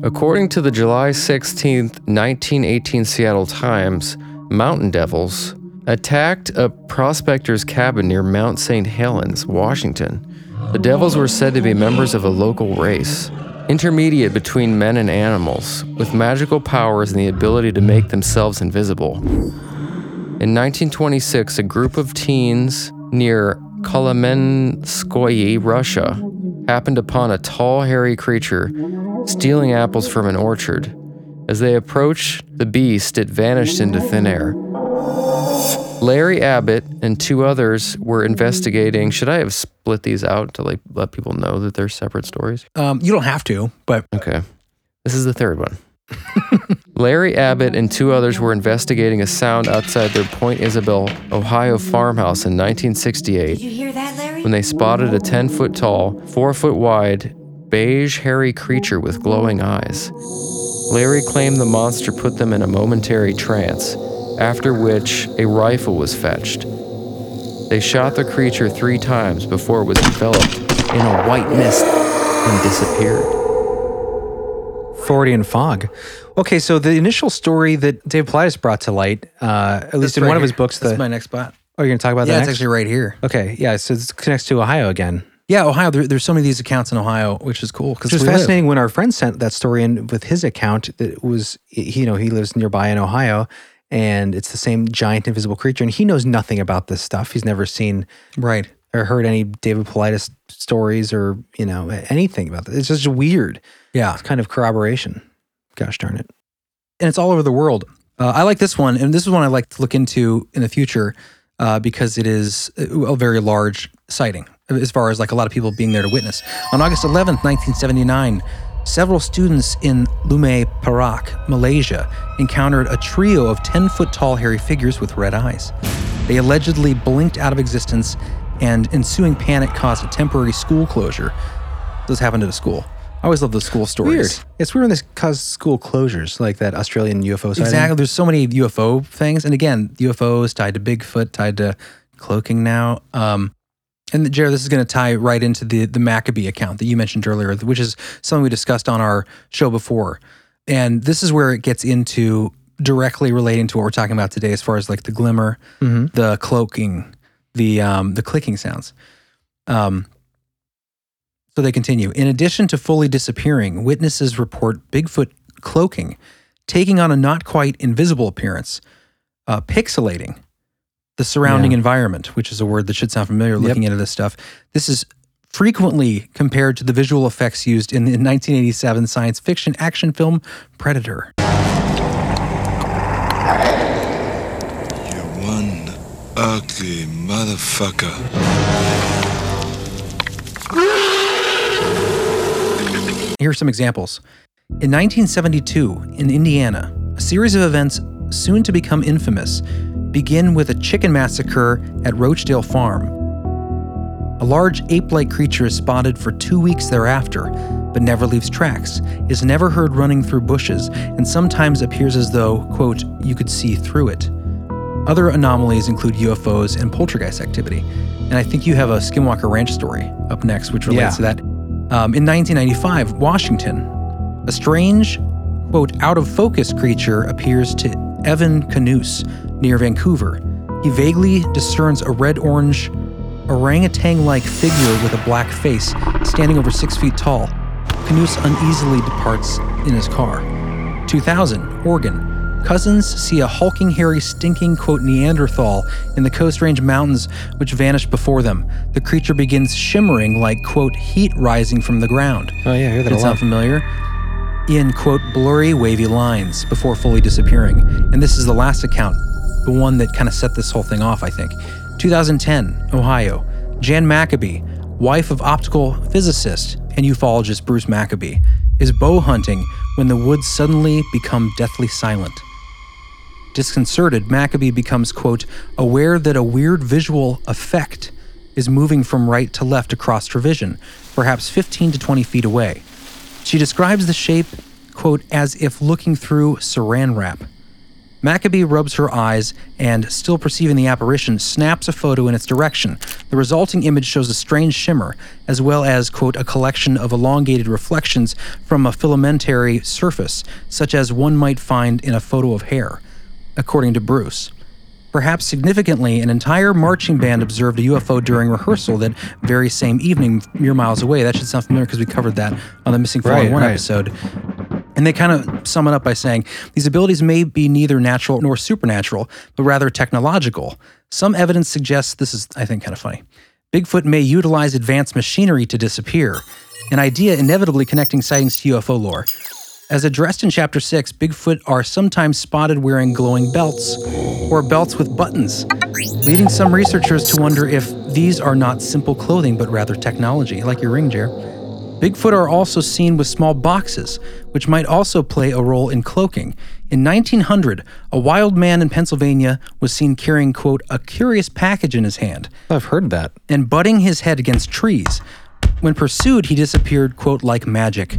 [SPEAKER 3] According to the July 16, 1918 Seattle Times, mountain devils attacked a prospector's cabin near Mount St. Helens, Washington. The devils were said to be members of a local race, intermediate between men and animals, with magical powers and the ability to make themselves invisible. In 1926, a group of teens near Kolomenskoye, Russia, happened upon a tall, hairy creature stealing apples from an orchard. As they approached the beast, it vanished into thin air. Larry Abbott and two others were investigating. Should I have split these out to like let people know that they're separate stories?
[SPEAKER 4] Um, you don't have to, but
[SPEAKER 3] Okay. This is the third one. Larry Abbott and two others were investigating a sound outside their Point Isabel, Ohio farmhouse in 1968.
[SPEAKER 9] You hear that, Larry?
[SPEAKER 3] when they spotted a 10 foot tall, 4 foot wide, beige hairy creature with glowing eyes. Larry claimed the monster put them in a momentary trance, after which a rifle was fetched. They shot the creature three times before it was enveloped in a white mist and disappeared.
[SPEAKER 4] Freudian fog.
[SPEAKER 2] Okay, so the initial story that Dave Politis brought to light, uh, at least in one of his books, the,
[SPEAKER 4] That's my next spot.
[SPEAKER 2] oh, you're going to talk about
[SPEAKER 4] Yeah,
[SPEAKER 2] that
[SPEAKER 4] it's
[SPEAKER 2] next?
[SPEAKER 4] actually right here.
[SPEAKER 2] okay, yeah, so this connects to Ohio again.
[SPEAKER 4] Yeah, Ohio. There, there's so many of these accounts in Ohio, which is cool because
[SPEAKER 2] Which was fascinating when our friend sent that story in with his account that was, he- you know, he lives nearby in Ohio and it's the same giant invisible creature and he knows nothing about this stuff. He's never seen
[SPEAKER 4] Right.
[SPEAKER 2] or heard any David Politis stories or, you know, anything about this. It's just weird.
[SPEAKER 4] Yeah.
[SPEAKER 2] It's kind of corroboration. Gosh darn it.
[SPEAKER 4] and it's all over the world. Uh, I like this one, and this is one I like to look into in the future uh, because it is a very large sighting as far as like a lot of people being there to witness. On August 11th, 1979, several students in Lume Perak, Malaysia, encountered a trio of 10 foot tall hairy figures with red eyes. They allegedly blinked out of existence, and ensuing panic caused a temporary school closure. This happened at a school. I always love the school stories.
[SPEAKER 2] Weird. It's weird when this caused school closures, like that Australian UFO sighting.
[SPEAKER 4] Exactly. There's so many UFO things, and again, UFOs tied to Bigfoot, tied to cloaking now. Um, and Jared, this is going to tie right into the the Maccabee account that you mentioned earlier, which is something we discussed on our show before. And this is where it gets into directly relating to what we're talking about today, as far as like the glimmer, the cloaking, the um, the clicking sounds. Um, so they continue. In addition to fully disappearing, witnesses report Bigfoot cloaking, taking on a not quite invisible appearance, uh, pixelating the surrounding environment, which is a word that should sound familiar looking into this stuff. This is frequently compared to the visual effects used in the 1987 science fiction action film Predator.
[SPEAKER 10] You're one ugly motherfucker.
[SPEAKER 4] Here are some examples. In 1972, in Indiana, a series of events soon to become infamous begin with a chicken massacre at Roachdale Farm. A large ape like creature is spotted for two weeks thereafter, but never leaves tracks, is never heard running through bushes, and sometimes appears as though, quote, you could see through it. Other anomalies include UFOs and poltergeist activity. And I think you have a Skinwalker Ranch story up next, which relates to that. Um, in 1995, Washington, a strange, quote, out of focus creature appears to Evan Canoose near Vancouver. He vaguely discerns a red orange orangutan like figure with a black face standing over six feet tall. Canoose uneasily departs in his car. 2000, Oregon. Cousins see a hulking, hairy, stinking, quote, Neanderthal in the Coast Range Mountains, which vanish before them. The creature begins shimmering like, quote, heat rising from the ground.
[SPEAKER 2] Oh, yeah, I hear that
[SPEAKER 4] Did
[SPEAKER 2] a
[SPEAKER 4] it sound
[SPEAKER 2] lot.
[SPEAKER 4] familiar? In, quote, blurry, wavy lines before fully disappearing. And this is the last account, the one that kind of set this whole thing off, I think. 2010, Ohio. Jan Maccabee, wife of optical physicist and ufologist Bruce Maccabee, is bow hunting when the woods suddenly become deathly silent. Disconcerted, Maccabee becomes, quote, aware that a weird visual effect is moving from right to left across her vision, perhaps 15 to 20 feet away. She describes the shape, quote, as if looking through saran wrap. Maccabee rubs her eyes and, still perceiving the apparition, snaps a photo in its direction. The resulting image shows a strange shimmer, as well as, quote, a collection of elongated reflections from a filamentary surface, such as one might find in a photo of hair, according to Bruce. Perhaps significantly, an entire marching band observed a UFO during rehearsal that very same evening, mere miles away. That should sound familiar because we covered that on the Missing 401
[SPEAKER 2] right.
[SPEAKER 4] episode. And they kind of sum it up by saying these abilities may be neither natural nor supernatural, but rather technological. Some evidence suggests this is, I think, kind of funny. Bigfoot may utilize advanced machinery to disappear, an idea inevitably connecting sightings to UFO lore.
[SPEAKER 2] As addressed in Chapter 6, Bigfoot are sometimes spotted wearing glowing belts or belts with buttons, leading some researchers to wonder if these are not simple clothing but rather technology, like your ring, Jer. Bigfoot are also seen with small boxes, which might also play a role in cloaking. In 1900, a wild man in Pennsylvania was seen carrying, quote, a curious package in his hand
[SPEAKER 4] I've heard that.
[SPEAKER 2] and butting his head against trees. When pursued, he disappeared, quote, like magic.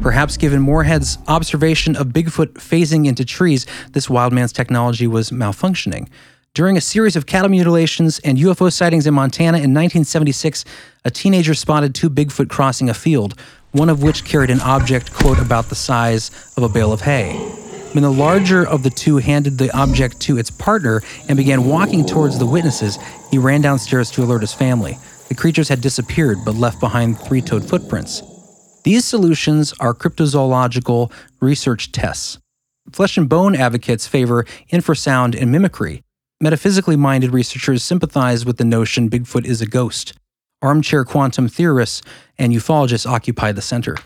[SPEAKER 2] Perhaps given Moorhead's observation of Bigfoot phasing into trees, this wild man's technology was malfunctioning. During a series of cattle mutilations and UFO sightings in Montana in 1976, a teenager spotted two Bigfoot crossing a field, one of which carried an object, quote, about the size of a bale of hay. When the larger of the two handed the object to its partner and began walking towards the witnesses, he ran downstairs to alert his family. The creatures had disappeared but left behind three toed footprints. These solutions are cryptozoological research tests. Flesh and bone advocates favor infrasound and mimicry. Metaphysically minded researchers sympathize with the notion Bigfoot is a ghost. Armchair quantum theorists and ufologists occupy the center.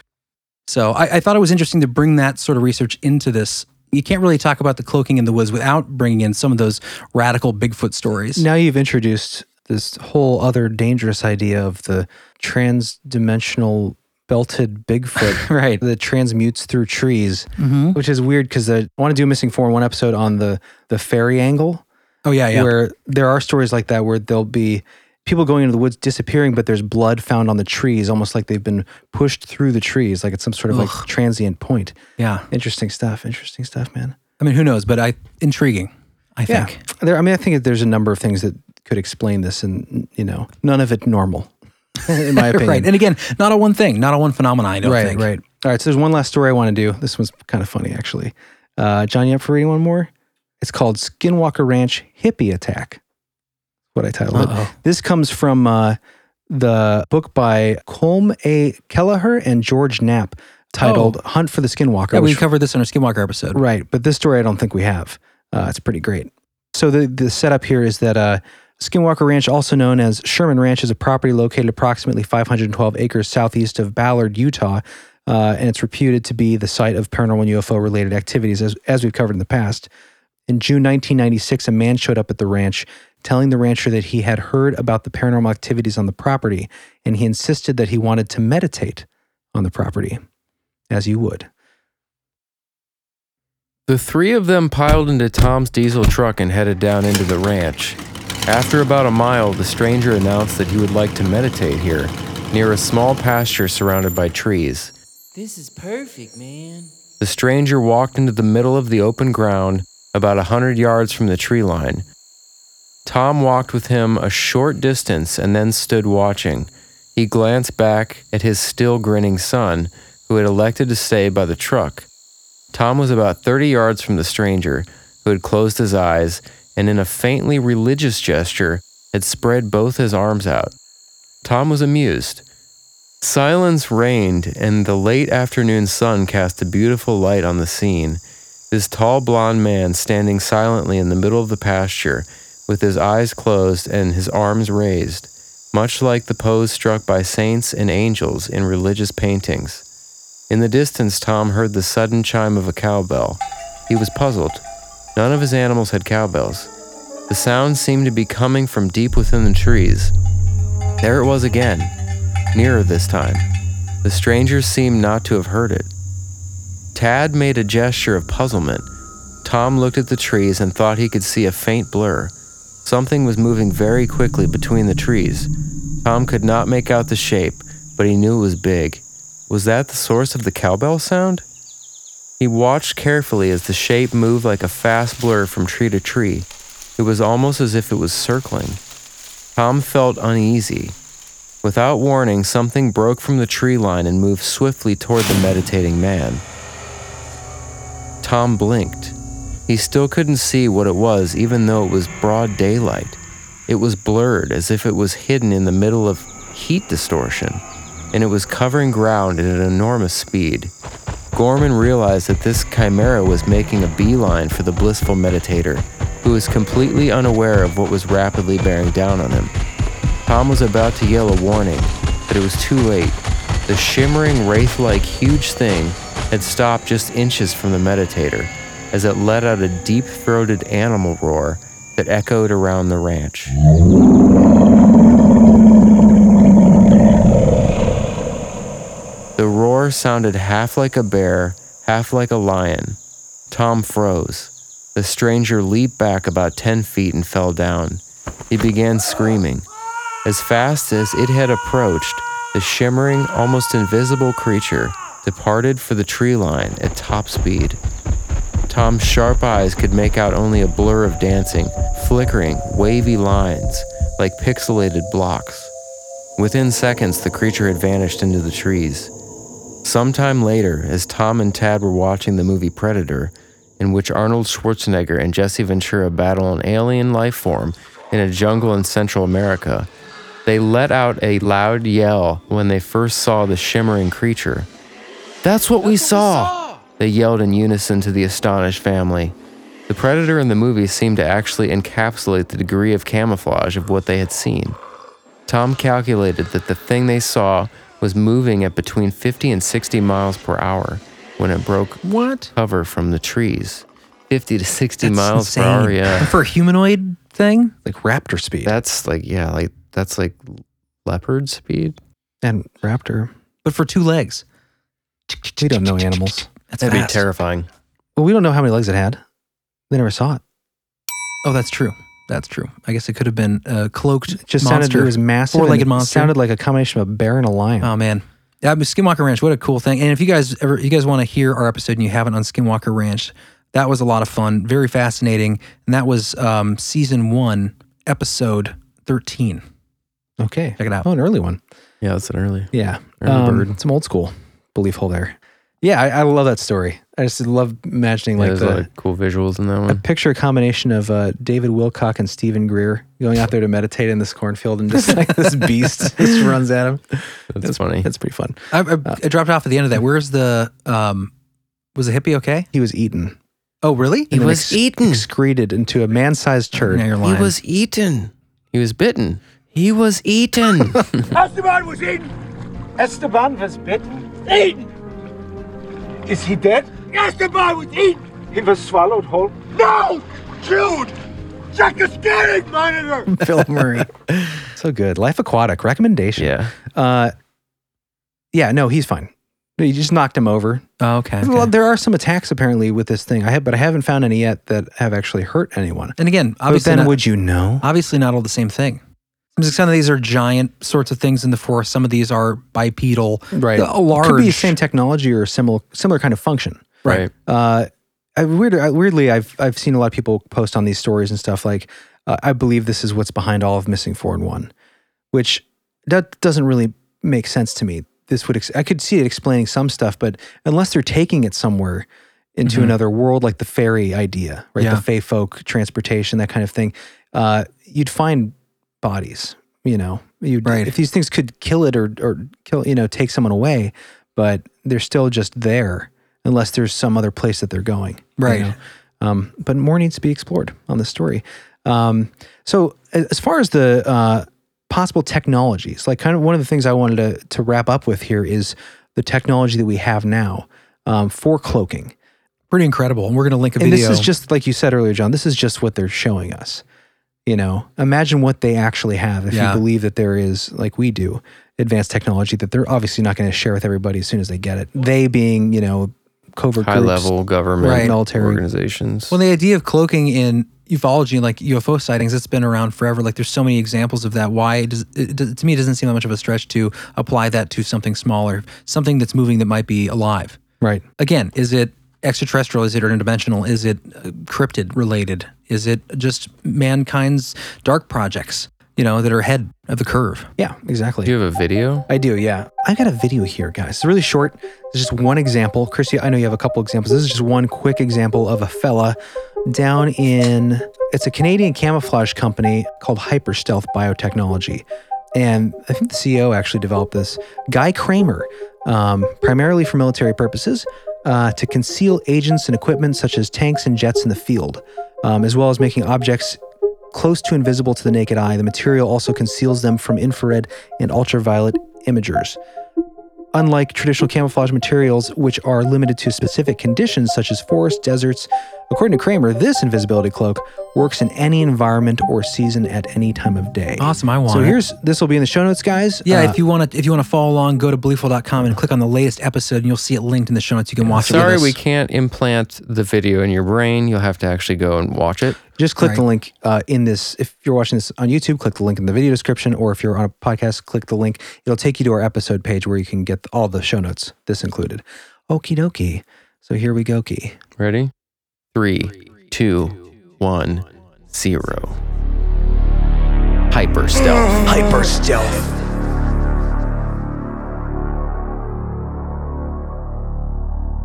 [SPEAKER 2] So I, I thought it was interesting to bring that sort of research into this. You can't really talk about the cloaking in the woods without bringing in some of those radical Bigfoot stories.
[SPEAKER 4] Now you've introduced this whole other dangerous idea of the trans-dimensional belted Bigfoot,
[SPEAKER 2] Right. Mm-hmm.
[SPEAKER 4] That transmutes through trees, which is weird because I want to do a missing four in one episode on the the fairy angle,
[SPEAKER 2] Oh yeah, yeah.
[SPEAKER 4] where there are stories like that where there'll be people going into the woods disappearing, but there's blood found on the trees, almost like they've been pushed through the trees, like it's some sort of like transient point.
[SPEAKER 2] yeah.
[SPEAKER 4] Interesting stuff. Interesting stuff, man.
[SPEAKER 2] I mean, who knows? But I intriguing. I
[SPEAKER 4] Yeah.
[SPEAKER 2] think.
[SPEAKER 4] There, I mean, I think there's a number of things that could explain this, and you know, none of it normal, in my opinion.
[SPEAKER 2] Right. And again, not on one thing, not on one phenomenon. I don't
[SPEAKER 4] right,
[SPEAKER 2] think.
[SPEAKER 4] right. All right. So there's one last story I want to do. This one's kind of funny, actually. Uh, John, you up for reading one more? It's called Skinwalker Ranch Hippie Attack. What I titled it. This comes from uh, the book by Colm A. Kelleher and George Knapp, titled "Hunt for the Skinwalker."
[SPEAKER 2] Oh. Yeah, we
[SPEAKER 4] which-
[SPEAKER 2] covered this in our Skinwalker episode.
[SPEAKER 4] Right, but this story I don't think we have. Uh, it's pretty great. So the the setup here is that uh, Skinwalker Ranch, also known as Sherman Ranch, is a property located approximately 512 acres southeast of Ballard, Utah, uh, and it's reputed to be the site of paranormal UFO related activities, as as we've covered in the past. In June 1996, a man showed up at the ranch telling the rancher that he had heard about the paranormal activities on the property, and he insisted that he wanted to meditate on the property, as you would.
[SPEAKER 3] The three of them piled into Tom's diesel truck and headed down into the ranch. After about a mile, the stranger announced that he would like to meditate here, near a small pasture surrounded by trees.
[SPEAKER 11] This is perfect, man.
[SPEAKER 3] The stranger walked into the middle of the open ground, about a hundred yards from the tree line. Tom walked with him a short distance and then stood watching. He glanced back at his still grinning son, who had elected to stay by the truck. Tom was about 30 yards from the stranger, who had closed his eyes and, in a faintly religious gesture, had spread both his arms out. Tom was amused. Silence reigned, and the late afternoon sun cast a beautiful light on the scene. This tall blond man standing silently in the middle of the pasture, with his eyes closed and his arms raised, much like the pose struck by saints and angels in religious paintings. In the distance, Tom heard the sudden chime of a cowbell. He was puzzled. None of his animals had cowbells. The sound seemed to be coming from deep within the trees. There it was again nearer this time. The stranger seemed not to have heard it. Tad made a gesture of puzzlement. Tom looked at the trees and thought he could see a faint blur. Something was moving very quickly between the trees. Tom could not make out the shape, but he knew it was big. Was that the source of the cowbell sound? He watched carefully as the shape moved like a fast blur from tree to tree. It was almost as if it was circling. Tom felt uneasy. Without warning, something broke from the tree line and moved swiftly toward the meditating man. Tom blinked. He still couldn't see what it was, even though it was broad daylight. It was blurred, as if it was hidden in the middle of heat distortion, and it was covering ground at an enormous speed. Gorman realized that this chimera was making a beeline for the blissful meditator, who was completely unaware of what was rapidly bearing down on him. Tom was about to yell a warning, but it was too late. The shimmering wraith like huge thing had stopped just inches from the meditator as it let out a deep throated animal roar that echoed around the ranch. The roar sounded half like a bear, half like a lion. Tom froze. The stranger leaped back about 10 feet and fell down. He began screaming. As fast as it had approached, the shimmering, almost invisible creature departed for the tree line at top speed. Tom's sharp eyes could make out only a blur of dancing, flickering, wavy lines, like pixelated blocks. Within seconds, the creature had vanished into the trees. Sometime later, as Tom and Tad were watching the movie Predator, in which Arnold Schwarzenegger and Jesse Ventura battle an alien life form in a jungle in Central America, they let out a loud yell when they first saw the shimmering creature. That's what we saw! They yelled in unison to the astonished family. The predator in the movie seemed to actually encapsulate the degree of camouflage of what they had seen. Tom calculated that the thing they saw was moving at between 50 and 60 miles per hour when it broke
[SPEAKER 2] What?
[SPEAKER 3] cover from the trees. 50 to 60
[SPEAKER 2] That's
[SPEAKER 3] miles per hour.
[SPEAKER 2] insane.
[SPEAKER 3] Yeah.
[SPEAKER 2] And for a humanoid thing, like raptor speed.
[SPEAKER 3] That's like, yeah, like that's like leopard speed.
[SPEAKER 4] And raptor.
[SPEAKER 2] but for two legs.
[SPEAKER 4] We don't know animals.
[SPEAKER 2] That's
[SPEAKER 3] That'd be
[SPEAKER 2] fast.
[SPEAKER 3] terrifying.
[SPEAKER 4] Well, we don't know how many legs it had. They never saw it.
[SPEAKER 2] Oh, that's true. That's true. I guess it could have been a cloaked
[SPEAKER 4] Just
[SPEAKER 2] monster.
[SPEAKER 4] sounded it was massive. and
[SPEAKER 2] Four-legged
[SPEAKER 4] it
[SPEAKER 2] monster.
[SPEAKER 4] Sounded like a combination of a bear and a lion.
[SPEAKER 2] Oh man. Yeah, but Skinwalker Ranch, what a cool thing. And if you guys ever you guys want to hear our episode and you haven't on Skinwalker Ranch, that was a lot of fun, very fascinating. And that was um season one, episode thirteen.
[SPEAKER 4] okay.
[SPEAKER 2] Check it out.
[SPEAKER 4] Oh, an early one.
[SPEAKER 3] Yeah, that's an early.
[SPEAKER 4] Yeah.
[SPEAKER 3] Early
[SPEAKER 4] um,
[SPEAKER 3] bird.
[SPEAKER 4] Some old school belief hole there. Yeah, I, I love that story. I just love imagining
[SPEAKER 3] Yeah,
[SPEAKER 4] like
[SPEAKER 3] there's
[SPEAKER 4] the
[SPEAKER 3] a lot of cool visuals in that
[SPEAKER 4] I
[SPEAKER 3] one.
[SPEAKER 4] picture a combination of uh, David Wilcock and Stephen Greer going out there to meditate in this cornfield and just like this beast just runs at him.
[SPEAKER 3] That's, funny.
[SPEAKER 4] That's pretty fun.
[SPEAKER 2] I, I, I dropped off at the end of that. Where's the um was the hippie okay?
[SPEAKER 4] He was eaten.
[SPEAKER 2] Oh really?
[SPEAKER 4] He
[SPEAKER 3] was eaten.
[SPEAKER 4] Excreted into a man sized turd.
[SPEAKER 2] Now you're lying.
[SPEAKER 3] eaten. He was bitten. He was eaten.
[SPEAKER 12] Esteban was eaten. Esteban was bitten. Eaten. Is he dead? Esteban was eaten. He was swallowed whole. No, Jude. Check the scanning monitor.
[SPEAKER 4] Phil Murray. so good. Life Aquatic recommendation.
[SPEAKER 3] yeah.
[SPEAKER 4] Uh, yeah. No, he's fine. He just knocked him over.
[SPEAKER 2] oh, okay. okay.
[SPEAKER 4] Well, there are some attacks apparently with this thing. I have, but I haven't found any yet that have actually hurt anyone.
[SPEAKER 2] and again,
[SPEAKER 4] But
[SPEAKER 2] obviously
[SPEAKER 4] then,
[SPEAKER 2] not-
[SPEAKER 4] would you know?
[SPEAKER 2] obviously not all the same thing. Some of these are giant sorts of things in the forest. Some of these are bipedal,
[SPEAKER 4] right
[SPEAKER 2] A large,
[SPEAKER 4] could be the same technology or a similar similar kind of function
[SPEAKER 3] Right.
[SPEAKER 4] uh I, weird, I, weirdly i've i've seen a lot of people post on these stories and stuff like uh, i believe this is what's behind all of missing four and one which that doesn't really make sense to me this would ex- i could see it explaining some stuff but unless they're taking it somewhere into another world like the fairy idea right
[SPEAKER 2] Mm-hmm. Yeah.
[SPEAKER 4] the fey folk transportation that kind of thing uh you'd find bodies you know you'd
[SPEAKER 2] Right.
[SPEAKER 4] if these things could kill it or or kill you know take someone away but they're still just there unless there's some other place that they're going you
[SPEAKER 2] Right.
[SPEAKER 4] know? um but more needs to be explored on this story um so a- as far as the uh possible technologies like kind of one of the things i wanted to to wrap up with here is the technology that we have now um, for cloaking
[SPEAKER 2] pretty incredible. And we're going to link a
[SPEAKER 4] and
[SPEAKER 2] video.
[SPEAKER 4] this is just like you said earlier, John. This is just what they're showing us. You know, imagine what they actually have. If
[SPEAKER 2] Yeah.
[SPEAKER 4] you believe that there is, like we do, advanced technology that they're obviously not going to share with everybody as soon as they get it. They being, you know, covert
[SPEAKER 3] High
[SPEAKER 4] groups.
[SPEAKER 3] level government
[SPEAKER 2] Right.
[SPEAKER 4] Military.
[SPEAKER 3] organizations.
[SPEAKER 2] Well, the idea of cloaking in ufology, like UFO sightings, it's been around forever. Like, there's so many examples of that. Why does it, does- to me it doesn't seem that much of a stretch to apply that to something smaller, something that's moving that might be alive.
[SPEAKER 4] right?
[SPEAKER 2] Again, is it extraterrestrial? Is it interdimensional? Is it uh, cryptid related? Is it just mankind's dark projects? You know, that are ahead of the curve.
[SPEAKER 4] Yeah, exactly.
[SPEAKER 3] Do you have a video?
[SPEAKER 4] I do, yeah. I got a video here, guys. It's really short. It's just one example. Chrissy, I know you have a couple examples. This is just one quick example of a fella down in it's a Canadian camouflage company called Hyper Stealth Biotechnology. And I think the CEO actually developed this. Guy Kramer, um, primarily for military purposes, uh, to conceal agents and equipment such as tanks and jets in the field, um, as well as making objects close to invisible to the naked eye. The material also conceals them from infrared and ultraviolet imagers. Unlike traditional camouflage materials, which are limited to specific conditions such as forests, deserts, according to Kramer, this invisibility cloak works in any environment or season at any time of day.
[SPEAKER 2] Awesome, I want
[SPEAKER 4] So
[SPEAKER 2] it.
[SPEAKER 4] here's this will be in the show notes, guys.
[SPEAKER 2] Yeah,
[SPEAKER 4] Uh,
[SPEAKER 2] if you want to, if you want to follow along, go to beliefful.com and click on the latest episode, and you'll see it linked in the show notes. You can watch
[SPEAKER 3] Sorry,
[SPEAKER 2] it.
[SPEAKER 3] we
[SPEAKER 2] with us.
[SPEAKER 3] can't implant the video in your brain. You'll have to actually go and watch it.
[SPEAKER 4] just click the link uh, in this. If you're watching this on YouTube, click the link in the video description, or if you're on a podcast, click the link. It'll take you to our episode page where you can get all the show notes, this included. Okie dokie. So here we go. Key.
[SPEAKER 3] Ready? Three, two, one, zero. Hyper stealth.
[SPEAKER 4] Hyper stealth.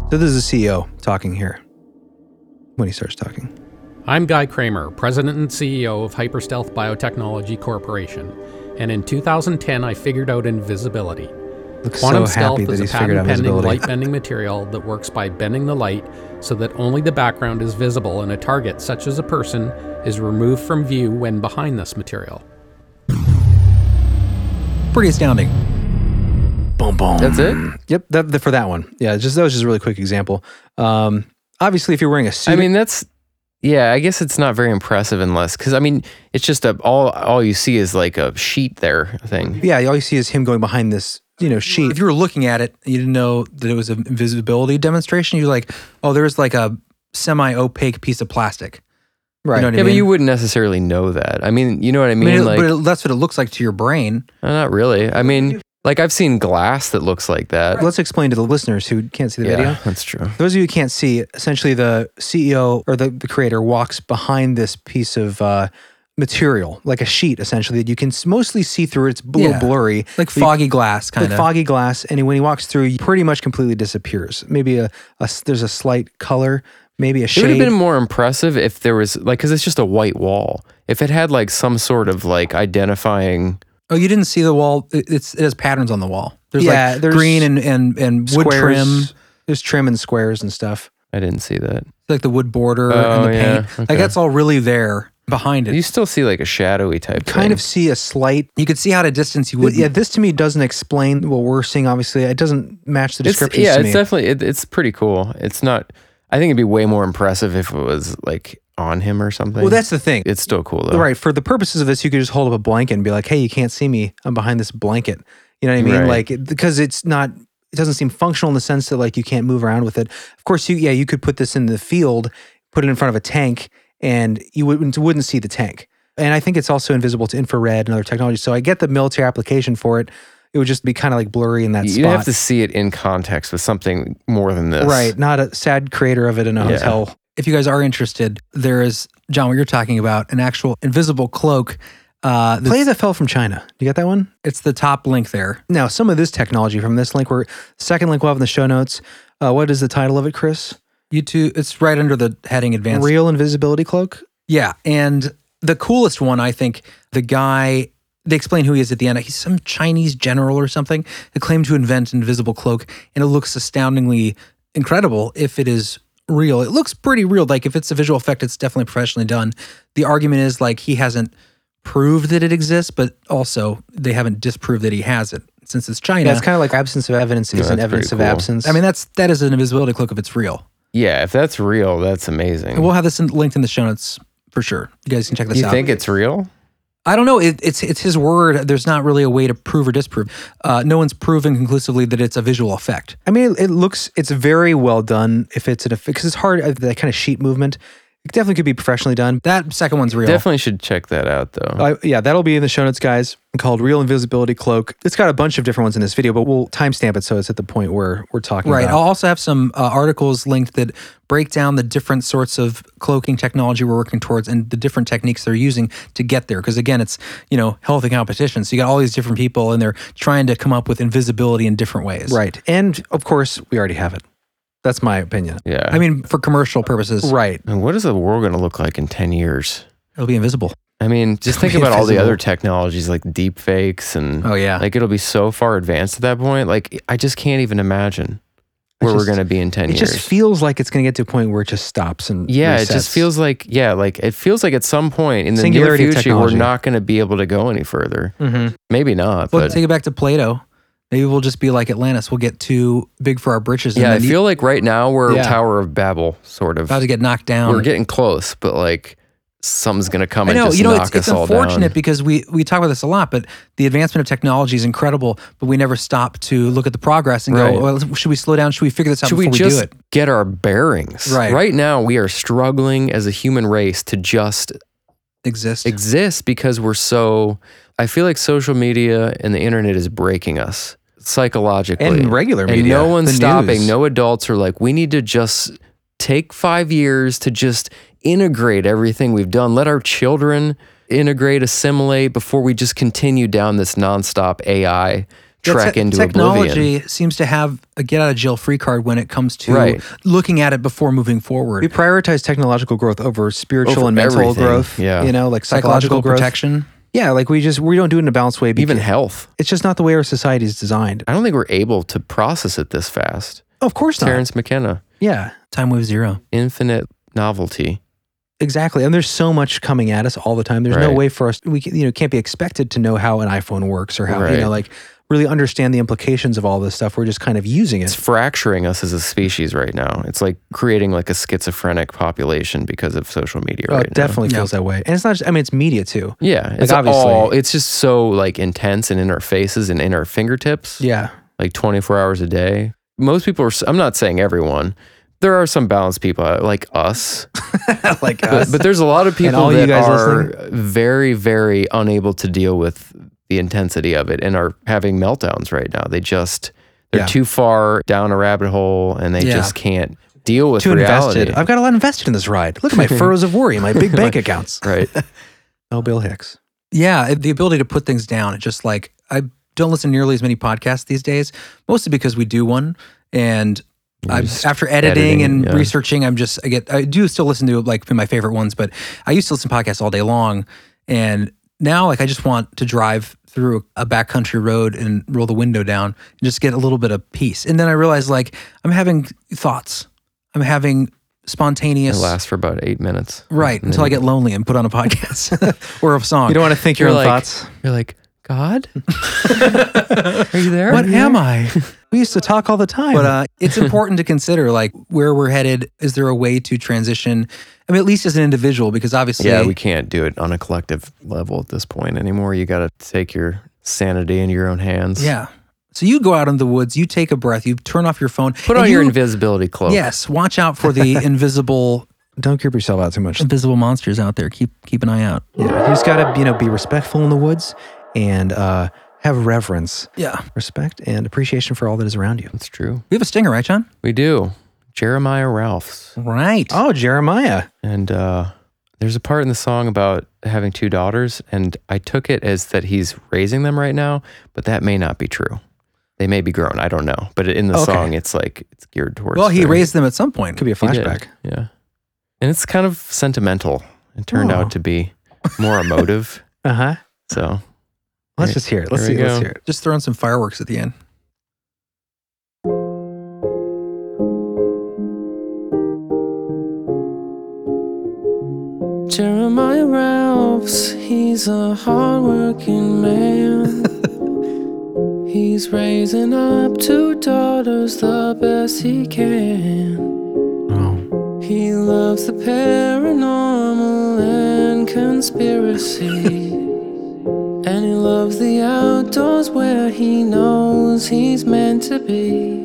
[SPEAKER 4] So this is the CEO talking here when he starts talking.
[SPEAKER 13] I'm Guy Kramer, President and CEO of Hyperstealth Biotechnology Corporation, and in 2010 I figured out invisibility.
[SPEAKER 4] Looks
[SPEAKER 13] Quantum
[SPEAKER 4] so
[SPEAKER 13] stealth
[SPEAKER 4] happy that
[SPEAKER 13] is a
[SPEAKER 4] he's figured out
[SPEAKER 13] patent-pending
[SPEAKER 4] visibility.
[SPEAKER 13] light-bending material that works by bending the light so that only the background is visible and a target, such as a person, is removed from view when behind this material.
[SPEAKER 2] Pretty astounding.
[SPEAKER 4] Boom, boom.
[SPEAKER 3] That's it.
[SPEAKER 4] Yep, that, that- for that one. Yeah, just that was just a really quick example. Um, obviously, if you're wearing a suit,
[SPEAKER 3] I mean, that's yeah. I guess it's not very impressive unless because I mean, it's just a all all you see is like a sheet there thing.
[SPEAKER 4] yeah, all you see is him going behind this, you know, sheet.
[SPEAKER 2] If you were looking at it, and you didn't know that it was an invisibility demonstration. You're like, oh, there's like a semi-opaque piece of plastic.
[SPEAKER 4] Right.
[SPEAKER 2] You know what
[SPEAKER 3] yeah,
[SPEAKER 2] I mean?
[SPEAKER 3] but you wouldn't necessarily know that. I mean, you know what I
[SPEAKER 2] I
[SPEAKER 3] mean?
[SPEAKER 2] mean, it-
[SPEAKER 3] like,
[SPEAKER 2] but it, that's what it looks like to your brain.
[SPEAKER 3] uh, not really. I mean, like I've seen glass that looks like that.
[SPEAKER 4] Let's explain to the listeners who can't see the
[SPEAKER 3] yeah,
[SPEAKER 4] video.
[SPEAKER 3] that's true.
[SPEAKER 4] Those of you who can't see, essentially the CEO or the, the creator walks behind this piece of uh, material, like a sheet, essentially, that you can s- mostly see through. It's a little
[SPEAKER 2] Yeah.
[SPEAKER 4] blurry.
[SPEAKER 2] Like
[SPEAKER 4] You-
[SPEAKER 2] foggy glass, kind
[SPEAKER 4] like
[SPEAKER 2] of.
[SPEAKER 4] foggy glass. And when he walks through, he pretty much completely disappears. Maybe a, a s- there's a slight color, maybe a
[SPEAKER 3] It would
[SPEAKER 4] shade.
[SPEAKER 3] have been more impressive if there was like because it's just a white wall. If it had like some sort of like identifying.
[SPEAKER 2] Oh, you didn't see the wall. It, it's it has patterns on the wall. There's
[SPEAKER 4] Yeah,
[SPEAKER 2] like
[SPEAKER 4] there's
[SPEAKER 2] green and and and wood
[SPEAKER 4] squares.
[SPEAKER 2] trim,
[SPEAKER 4] There's trim and squares and stuff.
[SPEAKER 3] I didn't see that.
[SPEAKER 2] like the wood border
[SPEAKER 3] Oh,
[SPEAKER 2] and the
[SPEAKER 3] yeah,
[SPEAKER 2] paint.
[SPEAKER 3] okay.
[SPEAKER 2] Like that's all really there behind it.
[SPEAKER 3] You still see like a shadowy type.
[SPEAKER 4] Kind
[SPEAKER 3] thing.
[SPEAKER 4] of see a slight.
[SPEAKER 2] You could see how to distance you would.
[SPEAKER 4] Th- Yeah, this to me doesn't explain what we're seeing. Obviously, it doesn't match the
[SPEAKER 3] It's-
[SPEAKER 4] description.
[SPEAKER 3] yeah,
[SPEAKER 4] to
[SPEAKER 3] it's
[SPEAKER 4] me.
[SPEAKER 3] definitely it, it's pretty cool. It's not. I think it'd be way more impressive if it was like on him or something.
[SPEAKER 4] Well, that's the thing.
[SPEAKER 3] it's still cool though.
[SPEAKER 4] Right. For the purposes of this, you could just hold up a blanket and be like, hey, you can't see me. I'm behind this blanket. You know what I mean?
[SPEAKER 3] Right.
[SPEAKER 4] Like, it- because it's not, it doesn't seem functional in the sense that like you can't move around with it. Of course, you, yeah, you could put this in the field, put it in front of a tank, and you wouldn't, wouldn't see the tank. And I think it's also invisible to infrared and other technologies. So I get the military application for it. It would just be kind of like blurry in that
[SPEAKER 3] You
[SPEAKER 4] spot.
[SPEAKER 3] have to see it in context with something more than this.
[SPEAKER 4] right. Not a sad creator of it in a
[SPEAKER 3] Yeah.
[SPEAKER 4] hotel.
[SPEAKER 2] if you guys are interested, there is John. What you're talking about, an actual invisible cloak. Uh, that's-
[SPEAKER 4] Play that fell from China. You get that one?
[SPEAKER 2] it's the top link there.
[SPEAKER 4] Now, some of this technology from this link, we're second link we'll have in the show notes. Uh, what is the title of it, Chris?
[SPEAKER 2] YouTube. It's right under the heading advanced.
[SPEAKER 4] Real invisibility cloak.
[SPEAKER 2] Yeah, and the coolest one, I think, the guy. They explain who he is at the end. He's some Chinese general or something who claimed to invent invisible cloak, and it looks astoundingly incredible if it is real. It looks pretty real. Like if it's a visual effect, it's definitely professionally done. The argument is like he hasn't proved that it exists, but also they haven't disproved that he has it since it's China.
[SPEAKER 4] Yeah, it's kind of like absence of evidence
[SPEAKER 3] Yeah,
[SPEAKER 4] isn't
[SPEAKER 3] that's
[SPEAKER 4] evidence of
[SPEAKER 3] pretty cool.
[SPEAKER 4] absence.
[SPEAKER 2] I mean, that's that is an invisibility cloak if it's real.
[SPEAKER 3] Yeah. If that's real, that's amazing.
[SPEAKER 2] And we'll have this in, linked in the show notes for sure. You guys can check this
[SPEAKER 3] you
[SPEAKER 2] out.
[SPEAKER 3] think it's real?
[SPEAKER 2] I don't know. It, it's it's his word. There's not really a way to prove or disprove. Uh, no one's proven conclusively that it's a visual effect.
[SPEAKER 4] I mean, it, it looks it's very well done. If it's an because it's hard uh, that kind of sheet movement, it definitely could be professionally done.
[SPEAKER 2] That second one's real.
[SPEAKER 3] Definitely should check that out though.
[SPEAKER 4] I, yeah, that'll be in the show notes, guys. Called Real Invisibility Cloak. It's got a bunch of different ones in this video, but we'll timestamp it so it's at the point where we're talking
[SPEAKER 2] Right. I'll
[SPEAKER 4] about.
[SPEAKER 2] also have some uh, articles linked that break down the different sorts of cloaking technology we're working towards and the different techniques they're using to get there. Because again, it's you know healthy competition. So you got all these different people and they're trying to come up with invisibility in different ways.
[SPEAKER 4] Right, and of course we already have it. That's my opinion.
[SPEAKER 3] yeah.
[SPEAKER 2] I mean, for commercial purposes,
[SPEAKER 4] Right.
[SPEAKER 3] And what is the world going to look like in ten years?
[SPEAKER 2] it'll be invisible.
[SPEAKER 3] I mean, just think
[SPEAKER 2] be
[SPEAKER 3] about all the
[SPEAKER 2] invisible.
[SPEAKER 3] other technologies like deep fakes and
[SPEAKER 2] Oh, yeah.
[SPEAKER 3] like it'll be so far advanced at that point. Like I just can't even imagine where
[SPEAKER 4] just-
[SPEAKER 3] we're going to be in ten
[SPEAKER 4] It
[SPEAKER 3] years.
[SPEAKER 4] just feels like it's going to get to a point where it just stops and
[SPEAKER 3] Yeah, it
[SPEAKER 4] resets.
[SPEAKER 3] just feels like yeah, like it feels like at some point in the
[SPEAKER 4] Singularity of
[SPEAKER 3] near future we're
[SPEAKER 4] technology.
[SPEAKER 3] not going to be able to go any further. Maybe not,
[SPEAKER 2] Mm-hmm. Well,
[SPEAKER 3] but
[SPEAKER 2] take it back to Plato. Maybe we'll just be like Atlantis. We'll get too big for our britches. and
[SPEAKER 3] Yeah, I
[SPEAKER 2] then the-
[SPEAKER 3] feel like right now we're
[SPEAKER 2] Yeah.
[SPEAKER 3] Tower of Babel, sort of.
[SPEAKER 2] about to get knocked down.
[SPEAKER 3] We're getting close, but like something's gonna come
[SPEAKER 2] Um, I know.
[SPEAKER 3] and just
[SPEAKER 2] You know,
[SPEAKER 3] knock
[SPEAKER 2] it's, it's
[SPEAKER 3] us all
[SPEAKER 2] unfortunate
[SPEAKER 3] down.
[SPEAKER 2] because we we talk about this a lot, but the advancement of technology is incredible. But we never stop to look at the progress and
[SPEAKER 3] Right.
[SPEAKER 2] go, well, should we slow down? Should we figure this out
[SPEAKER 3] Should we
[SPEAKER 2] before we,
[SPEAKER 3] just
[SPEAKER 2] do it?
[SPEAKER 3] get our bearings?
[SPEAKER 2] Right.
[SPEAKER 3] Right now, we are struggling as a human race to just
[SPEAKER 2] Exist.
[SPEAKER 3] exist because we're so. I feel like social media and the internet is breaking us psychologically
[SPEAKER 2] And regular
[SPEAKER 3] And
[SPEAKER 2] media,
[SPEAKER 3] no one's
[SPEAKER 2] the
[SPEAKER 3] stopping.
[SPEAKER 2] news.
[SPEAKER 3] No adults are like, we need to just take five years to just integrate everything we've done. Let our children integrate, assimilate before we just continue down this nonstop AI
[SPEAKER 2] Yeah,
[SPEAKER 3] track
[SPEAKER 2] te-
[SPEAKER 3] into
[SPEAKER 2] technology
[SPEAKER 3] oblivion.
[SPEAKER 2] seems to have a get out of jail free card when it comes to
[SPEAKER 3] Right.
[SPEAKER 2] looking at it before moving
[SPEAKER 4] We
[SPEAKER 2] forward.
[SPEAKER 4] prioritize technological growth over spiritual
[SPEAKER 3] Over
[SPEAKER 4] and mental
[SPEAKER 3] everything,
[SPEAKER 4] growth.
[SPEAKER 3] yeah.
[SPEAKER 4] You know, like psychological,
[SPEAKER 2] Psychological
[SPEAKER 4] growth.
[SPEAKER 2] protection.
[SPEAKER 4] Yeah, like we just we don't do it in a balanced way.
[SPEAKER 3] Even
[SPEAKER 4] because-
[SPEAKER 3] health.
[SPEAKER 4] it's just not the way our society is designed.
[SPEAKER 3] I don't think we're able to process it this fast.
[SPEAKER 4] Of course not.
[SPEAKER 3] Terrence McKenna,
[SPEAKER 4] Yeah,
[SPEAKER 2] Time wave zero.
[SPEAKER 3] infinite novelty.
[SPEAKER 4] exactly. And there's so much coming at us all the time. There's no
[SPEAKER 3] Right.
[SPEAKER 4] way for us. We can- you know can't be expected to know how an iPhone works or how you
[SPEAKER 3] Right.
[SPEAKER 4] know like really understand the implications of all this stuff. We're just kind of using
[SPEAKER 3] It's
[SPEAKER 4] it.
[SPEAKER 3] fracturing us as a species right now. It's like creating like a schizophrenic population because of social media
[SPEAKER 4] Oh,
[SPEAKER 3] right
[SPEAKER 4] it definitely feels that way. And it's not. Just, I mean, it's media too.
[SPEAKER 3] now. Yeah, it's
[SPEAKER 4] obviously-
[SPEAKER 3] all. It's just so like intense and in our faces and in our fingertips.
[SPEAKER 4] Yeah.
[SPEAKER 3] like 24 hours a day. Most people are. s- I'm not saying everyone. There are some balanced people uh, like us,
[SPEAKER 4] like uh,
[SPEAKER 3] but, but there's a lot of people
[SPEAKER 4] all you
[SPEAKER 3] that
[SPEAKER 4] guys
[SPEAKER 3] are very, very unable to deal with the intensity of it and are having meltdowns right now. They just they're
[SPEAKER 4] Yeah.
[SPEAKER 3] too far down a rabbit hole and they
[SPEAKER 2] Yeah.
[SPEAKER 3] just can't deal with
[SPEAKER 4] too
[SPEAKER 3] reality.
[SPEAKER 4] invested. I've got a lot invested in this ride. Look at my furrows of worry, my big bank accounts.
[SPEAKER 3] right.
[SPEAKER 4] Oh, Bill Hicks.
[SPEAKER 2] Yeah, the ability to put things down. It just like I don't listen to nearly as many podcasts these days, mostly because we do one and I,
[SPEAKER 3] just
[SPEAKER 2] after editing,
[SPEAKER 3] editing,
[SPEAKER 2] and
[SPEAKER 3] yeah.
[SPEAKER 2] researching, I'm just I get I do still listen to like my favorite ones, but I used to listen to podcasts all day long, and now like I just want to drive through a backcountry road and roll the window down and just get a little bit of peace. And then I realize like I'm having thoughts, I'm having
[SPEAKER 3] It
[SPEAKER 2] spontaneous
[SPEAKER 3] lasts for about eight minutes.
[SPEAKER 2] right
[SPEAKER 3] And
[SPEAKER 2] until I
[SPEAKER 3] then
[SPEAKER 2] get lonely and put on a podcast or a song.
[SPEAKER 4] Mm-hmm. You don't want to think your
[SPEAKER 3] You're
[SPEAKER 4] own
[SPEAKER 3] like-
[SPEAKER 4] thoughts.
[SPEAKER 3] You're like, God, are you there?
[SPEAKER 2] what am I?
[SPEAKER 4] Mm-hmm. We used to talk all the time.
[SPEAKER 2] But uh, it's important to consider like where we're headed. Is there a way to transition? I mean, at least as an individual, because obviously,
[SPEAKER 3] Yeah, we can't do it on a collective level at this point anymore. You got to take your sanity into your own hands.
[SPEAKER 2] yeah. So you go out in the woods, you take a breath, you turn off your phone,
[SPEAKER 3] Put
[SPEAKER 2] and
[SPEAKER 3] on your
[SPEAKER 2] you-
[SPEAKER 3] invisibility cloak.
[SPEAKER 2] Yes, watch out for the invisible
[SPEAKER 4] don't creep yourself out too much.
[SPEAKER 2] invisible monsters out there. Keep keep an eye out.
[SPEAKER 4] Yeah, you just gotta you know be respectful in the woods and uh, have reverence,
[SPEAKER 2] Yeah,
[SPEAKER 4] respect, and appreciation for all that is around you.
[SPEAKER 3] That's true.
[SPEAKER 2] we have a stinger, right, John?
[SPEAKER 3] We do. Jeremiah Ralphs.
[SPEAKER 2] Right.
[SPEAKER 4] Oh, Jeremiah,
[SPEAKER 3] And uh, there's a part in the song about having two daughters, and I took it as that he's raising them right now, but that may not be true. They may be grown. I don't know. But in the
[SPEAKER 4] Okay.
[SPEAKER 3] song, it's like, it's geared towards.
[SPEAKER 2] well, he
[SPEAKER 3] their-
[SPEAKER 2] raised them at some point.
[SPEAKER 4] could be a
[SPEAKER 3] He did,
[SPEAKER 4] flashback.
[SPEAKER 3] Yeah. And it's kind of sentimental. It turned
[SPEAKER 4] Oh.
[SPEAKER 3] out to be more emotive.
[SPEAKER 4] Uh huh.
[SPEAKER 3] So
[SPEAKER 4] Let's
[SPEAKER 3] Here-
[SPEAKER 4] just hear it. Let's
[SPEAKER 3] here
[SPEAKER 4] see.
[SPEAKER 3] Uh-huh. we
[SPEAKER 4] Let's
[SPEAKER 3] go.
[SPEAKER 4] hear it.
[SPEAKER 2] Just throwing some fireworks at the end.
[SPEAKER 11] Jeremiah Ralphs, he's a hardworking man. he's raising up two daughters the best he can.
[SPEAKER 4] Oh.
[SPEAKER 11] He loves the paranormal and conspiracy. and he loves the outdoors where he knows he's meant to be.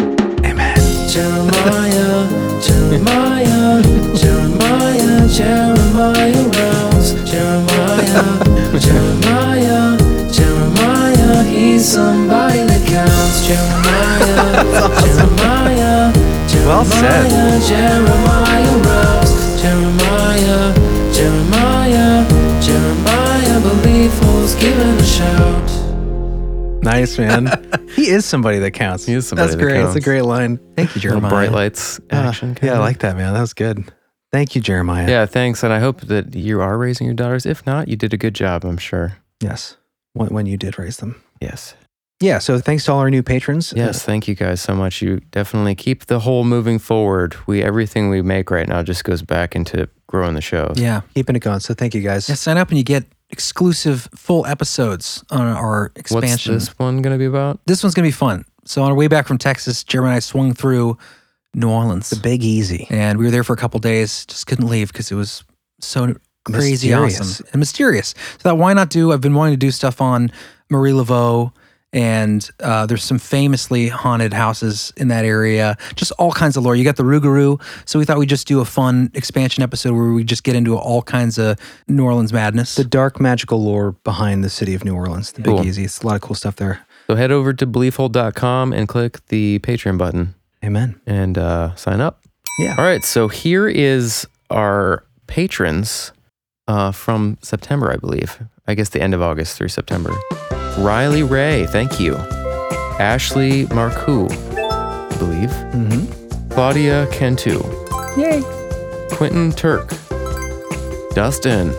[SPEAKER 11] Jeremiah, Jeremiah, Jeremiah, Jeremiah Rouse, Jeremiah, Jeremiah, Jeremiah, he's somebody that counts. Jeremiah, Jeremiah, Jeremiah,
[SPEAKER 4] Well said.
[SPEAKER 11] Jeremiah Rouse, Jeremiah, Jeremiah, Jeremiah, belief was given a shout.
[SPEAKER 4] Nice man. he is somebody that counts.
[SPEAKER 3] He is somebody
[SPEAKER 4] That's
[SPEAKER 3] that
[SPEAKER 4] great. That's a
[SPEAKER 3] counts.
[SPEAKER 4] great line. Thank you,
[SPEAKER 3] Little
[SPEAKER 4] Jeremiah.
[SPEAKER 3] bright lights action.
[SPEAKER 4] Uh,
[SPEAKER 3] kinda.
[SPEAKER 4] yeah, I like that, man. That was good. Thank you, Jeremiah.
[SPEAKER 3] Yeah, thanks. And I hope that you are raising your daughters. If not, you did a good job, I'm sure.
[SPEAKER 4] Yes. When, when you did raise them.
[SPEAKER 3] Yes.
[SPEAKER 4] Yeah. So thanks to all our new patrons.
[SPEAKER 3] Yes. Thank you guys so much. You definitely keep the whole moving forward. We everything we make right now just goes back into growing the show.
[SPEAKER 2] Yeah.
[SPEAKER 4] Uh, keeping it going. So thank you guys.
[SPEAKER 2] Yeah. Sign up and you get exclusive full episodes on our expansion.
[SPEAKER 3] What's this one going to be about?
[SPEAKER 2] This one's going to be fun. So on our way back from Texas, Jeremy and I swung through New Orleans. The
[SPEAKER 4] Big Easy.
[SPEAKER 2] And we were there for a couple days, just couldn't leave because it was so crazy
[SPEAKER 4] Mysterious.
[SPEAKER 2] awesome and mysterious. So that why not do? I've been wanting to do stuff on Marie Laveau and uh, there's some famously haunted houses in that area. Just all kinds of lore. You got the Rougarou. So we thought we'd just do a fun expansion episode where we just get into all kinds of New Orleans madness.
[SPEAKER 4] The dark magical lore behind the city of New Orleans, the Big
[SPEAKER 3] Cool.
[SPEAKER 4] Easy. It's a lot of cool stuff there.
[SPEAKER 3] So head over to beliefhold.com and click the Patreon button
[SPEAKER 4] Amen.
[SPEAKER 3] and uh, sign up.
[SPEAKER 4] Yeah.
[SPEAKER 3] All right. So here is our patrons uh, from September, I believe. I guess the end of August through September. Riley Ray, thank you. Ashley Marcoux, I believe. Mm-hmm. Claudia Cantu.
[SPEAKER 2] Yay.
[SPEAKER 3] Quentin Turk. Dustin.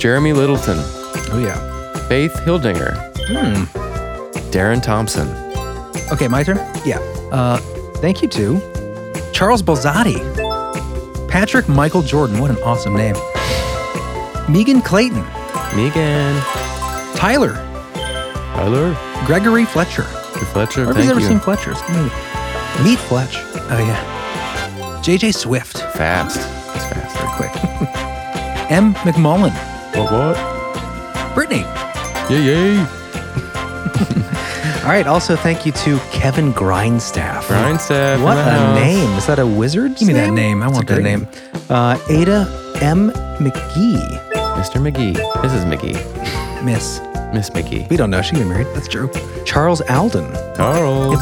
[SPEAKER 3] Jeremy Littleton.
[SPEAKER 2] Oh yeah.
[SPEAKER 3] Faith Hildinger.
[SPEAKER 2] Hmm.
[SPEAKER 3] Darren Thompson.
[SPEAKER 2] Okay, my turn.
[SPEAKER 4] Yeah.
[SPEAKER 2] Uh,
[SPEAKER 4] Thank you to
[SPEAKER 2] Charles Bolzati, Patrick Michael Jordan. What an awesome name. Megan Clayton,
[SPEAKER 3] Megan.
[SPEAKER 2] Tyler,
[SPEAKER 3] Tyler.
[SPEAKER 2] Gregory Fletcher.
[SPEAKER 3] Fletcher,
[SPEAKER 2] Nobody's
[SPEAKER 3] thank
[SPEAKER 2] ever
[SPEAKER 3] you.
[SPEAKER 2] seen Fletcher. It's a movie.
[SPEAKER 4] Meet Fletch.
[SPEAKER 2] Oh yeah. JJ Swift,
[SPEAKER 3] Fast. It's fast.
[SPEAKER 2] quick. M. McMullen,
[SPEAKER 3] What, what?
[SPEAKER 2] Brittany.
[SPEAKER 3] Yay, yay.
[SPEAKER 4] All right. Also, thank you to Kevin Grindstaff.
[SPEAKER 3] Brian Staff. in
[SPEAKER 4] What
[SPEAKER 3] the
[SPEAKER 4] a
[SPEAKER 3] house.
[SPEAKER 4] name. Is that a wizard?
[SPEAKER 2] Give me that name. I want that name.
[SPEAKER 4] Uh, Ada M. McGee.
[SPEAKER 3] Mr. McGee. Mrs. McGee.
[SPEAKER 2] Miss.
[SPEAKER 3] Miss McGee.
[SPEAKER 4] We don't know. She got married. That's true. Charles Alden.
[SPEAKER 3] Charles.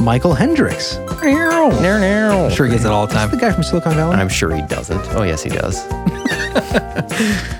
[SPEAKER 4] Michael Hendricks.
[SPEAKER 3] Near, near.
[SPEAKER 2] I'm sure he gets it all the
[SPEAKER 4] The
[SPEAKER 2] time.
[SPEAKER 4] guy from Silicon Valley.
[SPEAKER 3] I'm sure he doesn't. Oh, yes, he does.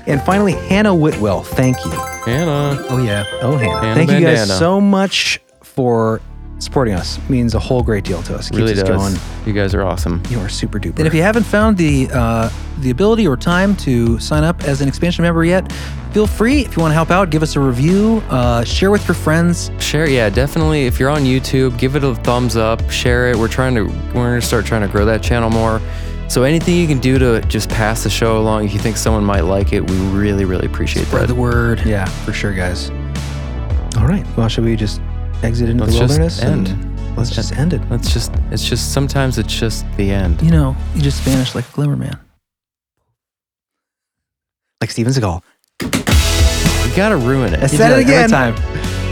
[SPEAKER 4] and finally, Hannah Whitwell. Thank you.
[SPEAKER 3] Hannah.
[SPEAKER 2] Oh yeah.
[SPEAKER 4] Oh, Hannah.
[SPEAKER 3] Hannah
[SPEAKER 4] Thank you guys
[SPEAKER 3] Bandana.
[SPEAKER 4] so much for supporting us. means a whole great deal to us. Keeps
[SPEAKER 3] really
[SPEAKER 4] us
[SPEAKER 3] does.
[SPEAKER 4] going.
[SPEAKER 3] You guys are awesome.
[SPEAKER 4] You are super duper.
[SPEAKER 2] And if you haven't found the uh, the ability or time to sign up as an expansion member yet, feel free. If you want to help out, give us a review, uh, share with your friends.
[SPEAKER 3] Share, yeah, definitely. If you're on YouTube, give it a thumbs up, share it. We're trying to, we're going to start trying to grow that channel more. So anything you can do to just pass the show along, if you think someone might like it, we really, really appreciate
[SPEAKER 2] Spread the
[SPEAKER 3] that.
[SPEAKER 2] word.
[SPEAKER 4] yeah, for sure, guys. All right. Well, should we just exit into
[SPEAKER 3] Let's
[SPEAKER 4] the
[SPEAKER 3] just
[SPEAKER 4] wilderness? and Let's
[SPEAKER 3] End.
[SPEAKER 4] just end it.
[SPEAKER 3] That's just, it's just, sometimes it's just the end.
[SPEAKER 2] You know, you just vanish like Glimmer Man.
[SPEAKER 4] Like Steven Seagal.
[SPEAKER 3] You got to ruin it.
[SPEAKER 4] I
[SPEAKER 2] You
[SPEAKER 4] said
[SPEAKER 2] do
[SPEAKER 4] it
[SPEAKER 2] that every
[SPEAKER 4] again.
[SPEAKER 2] time.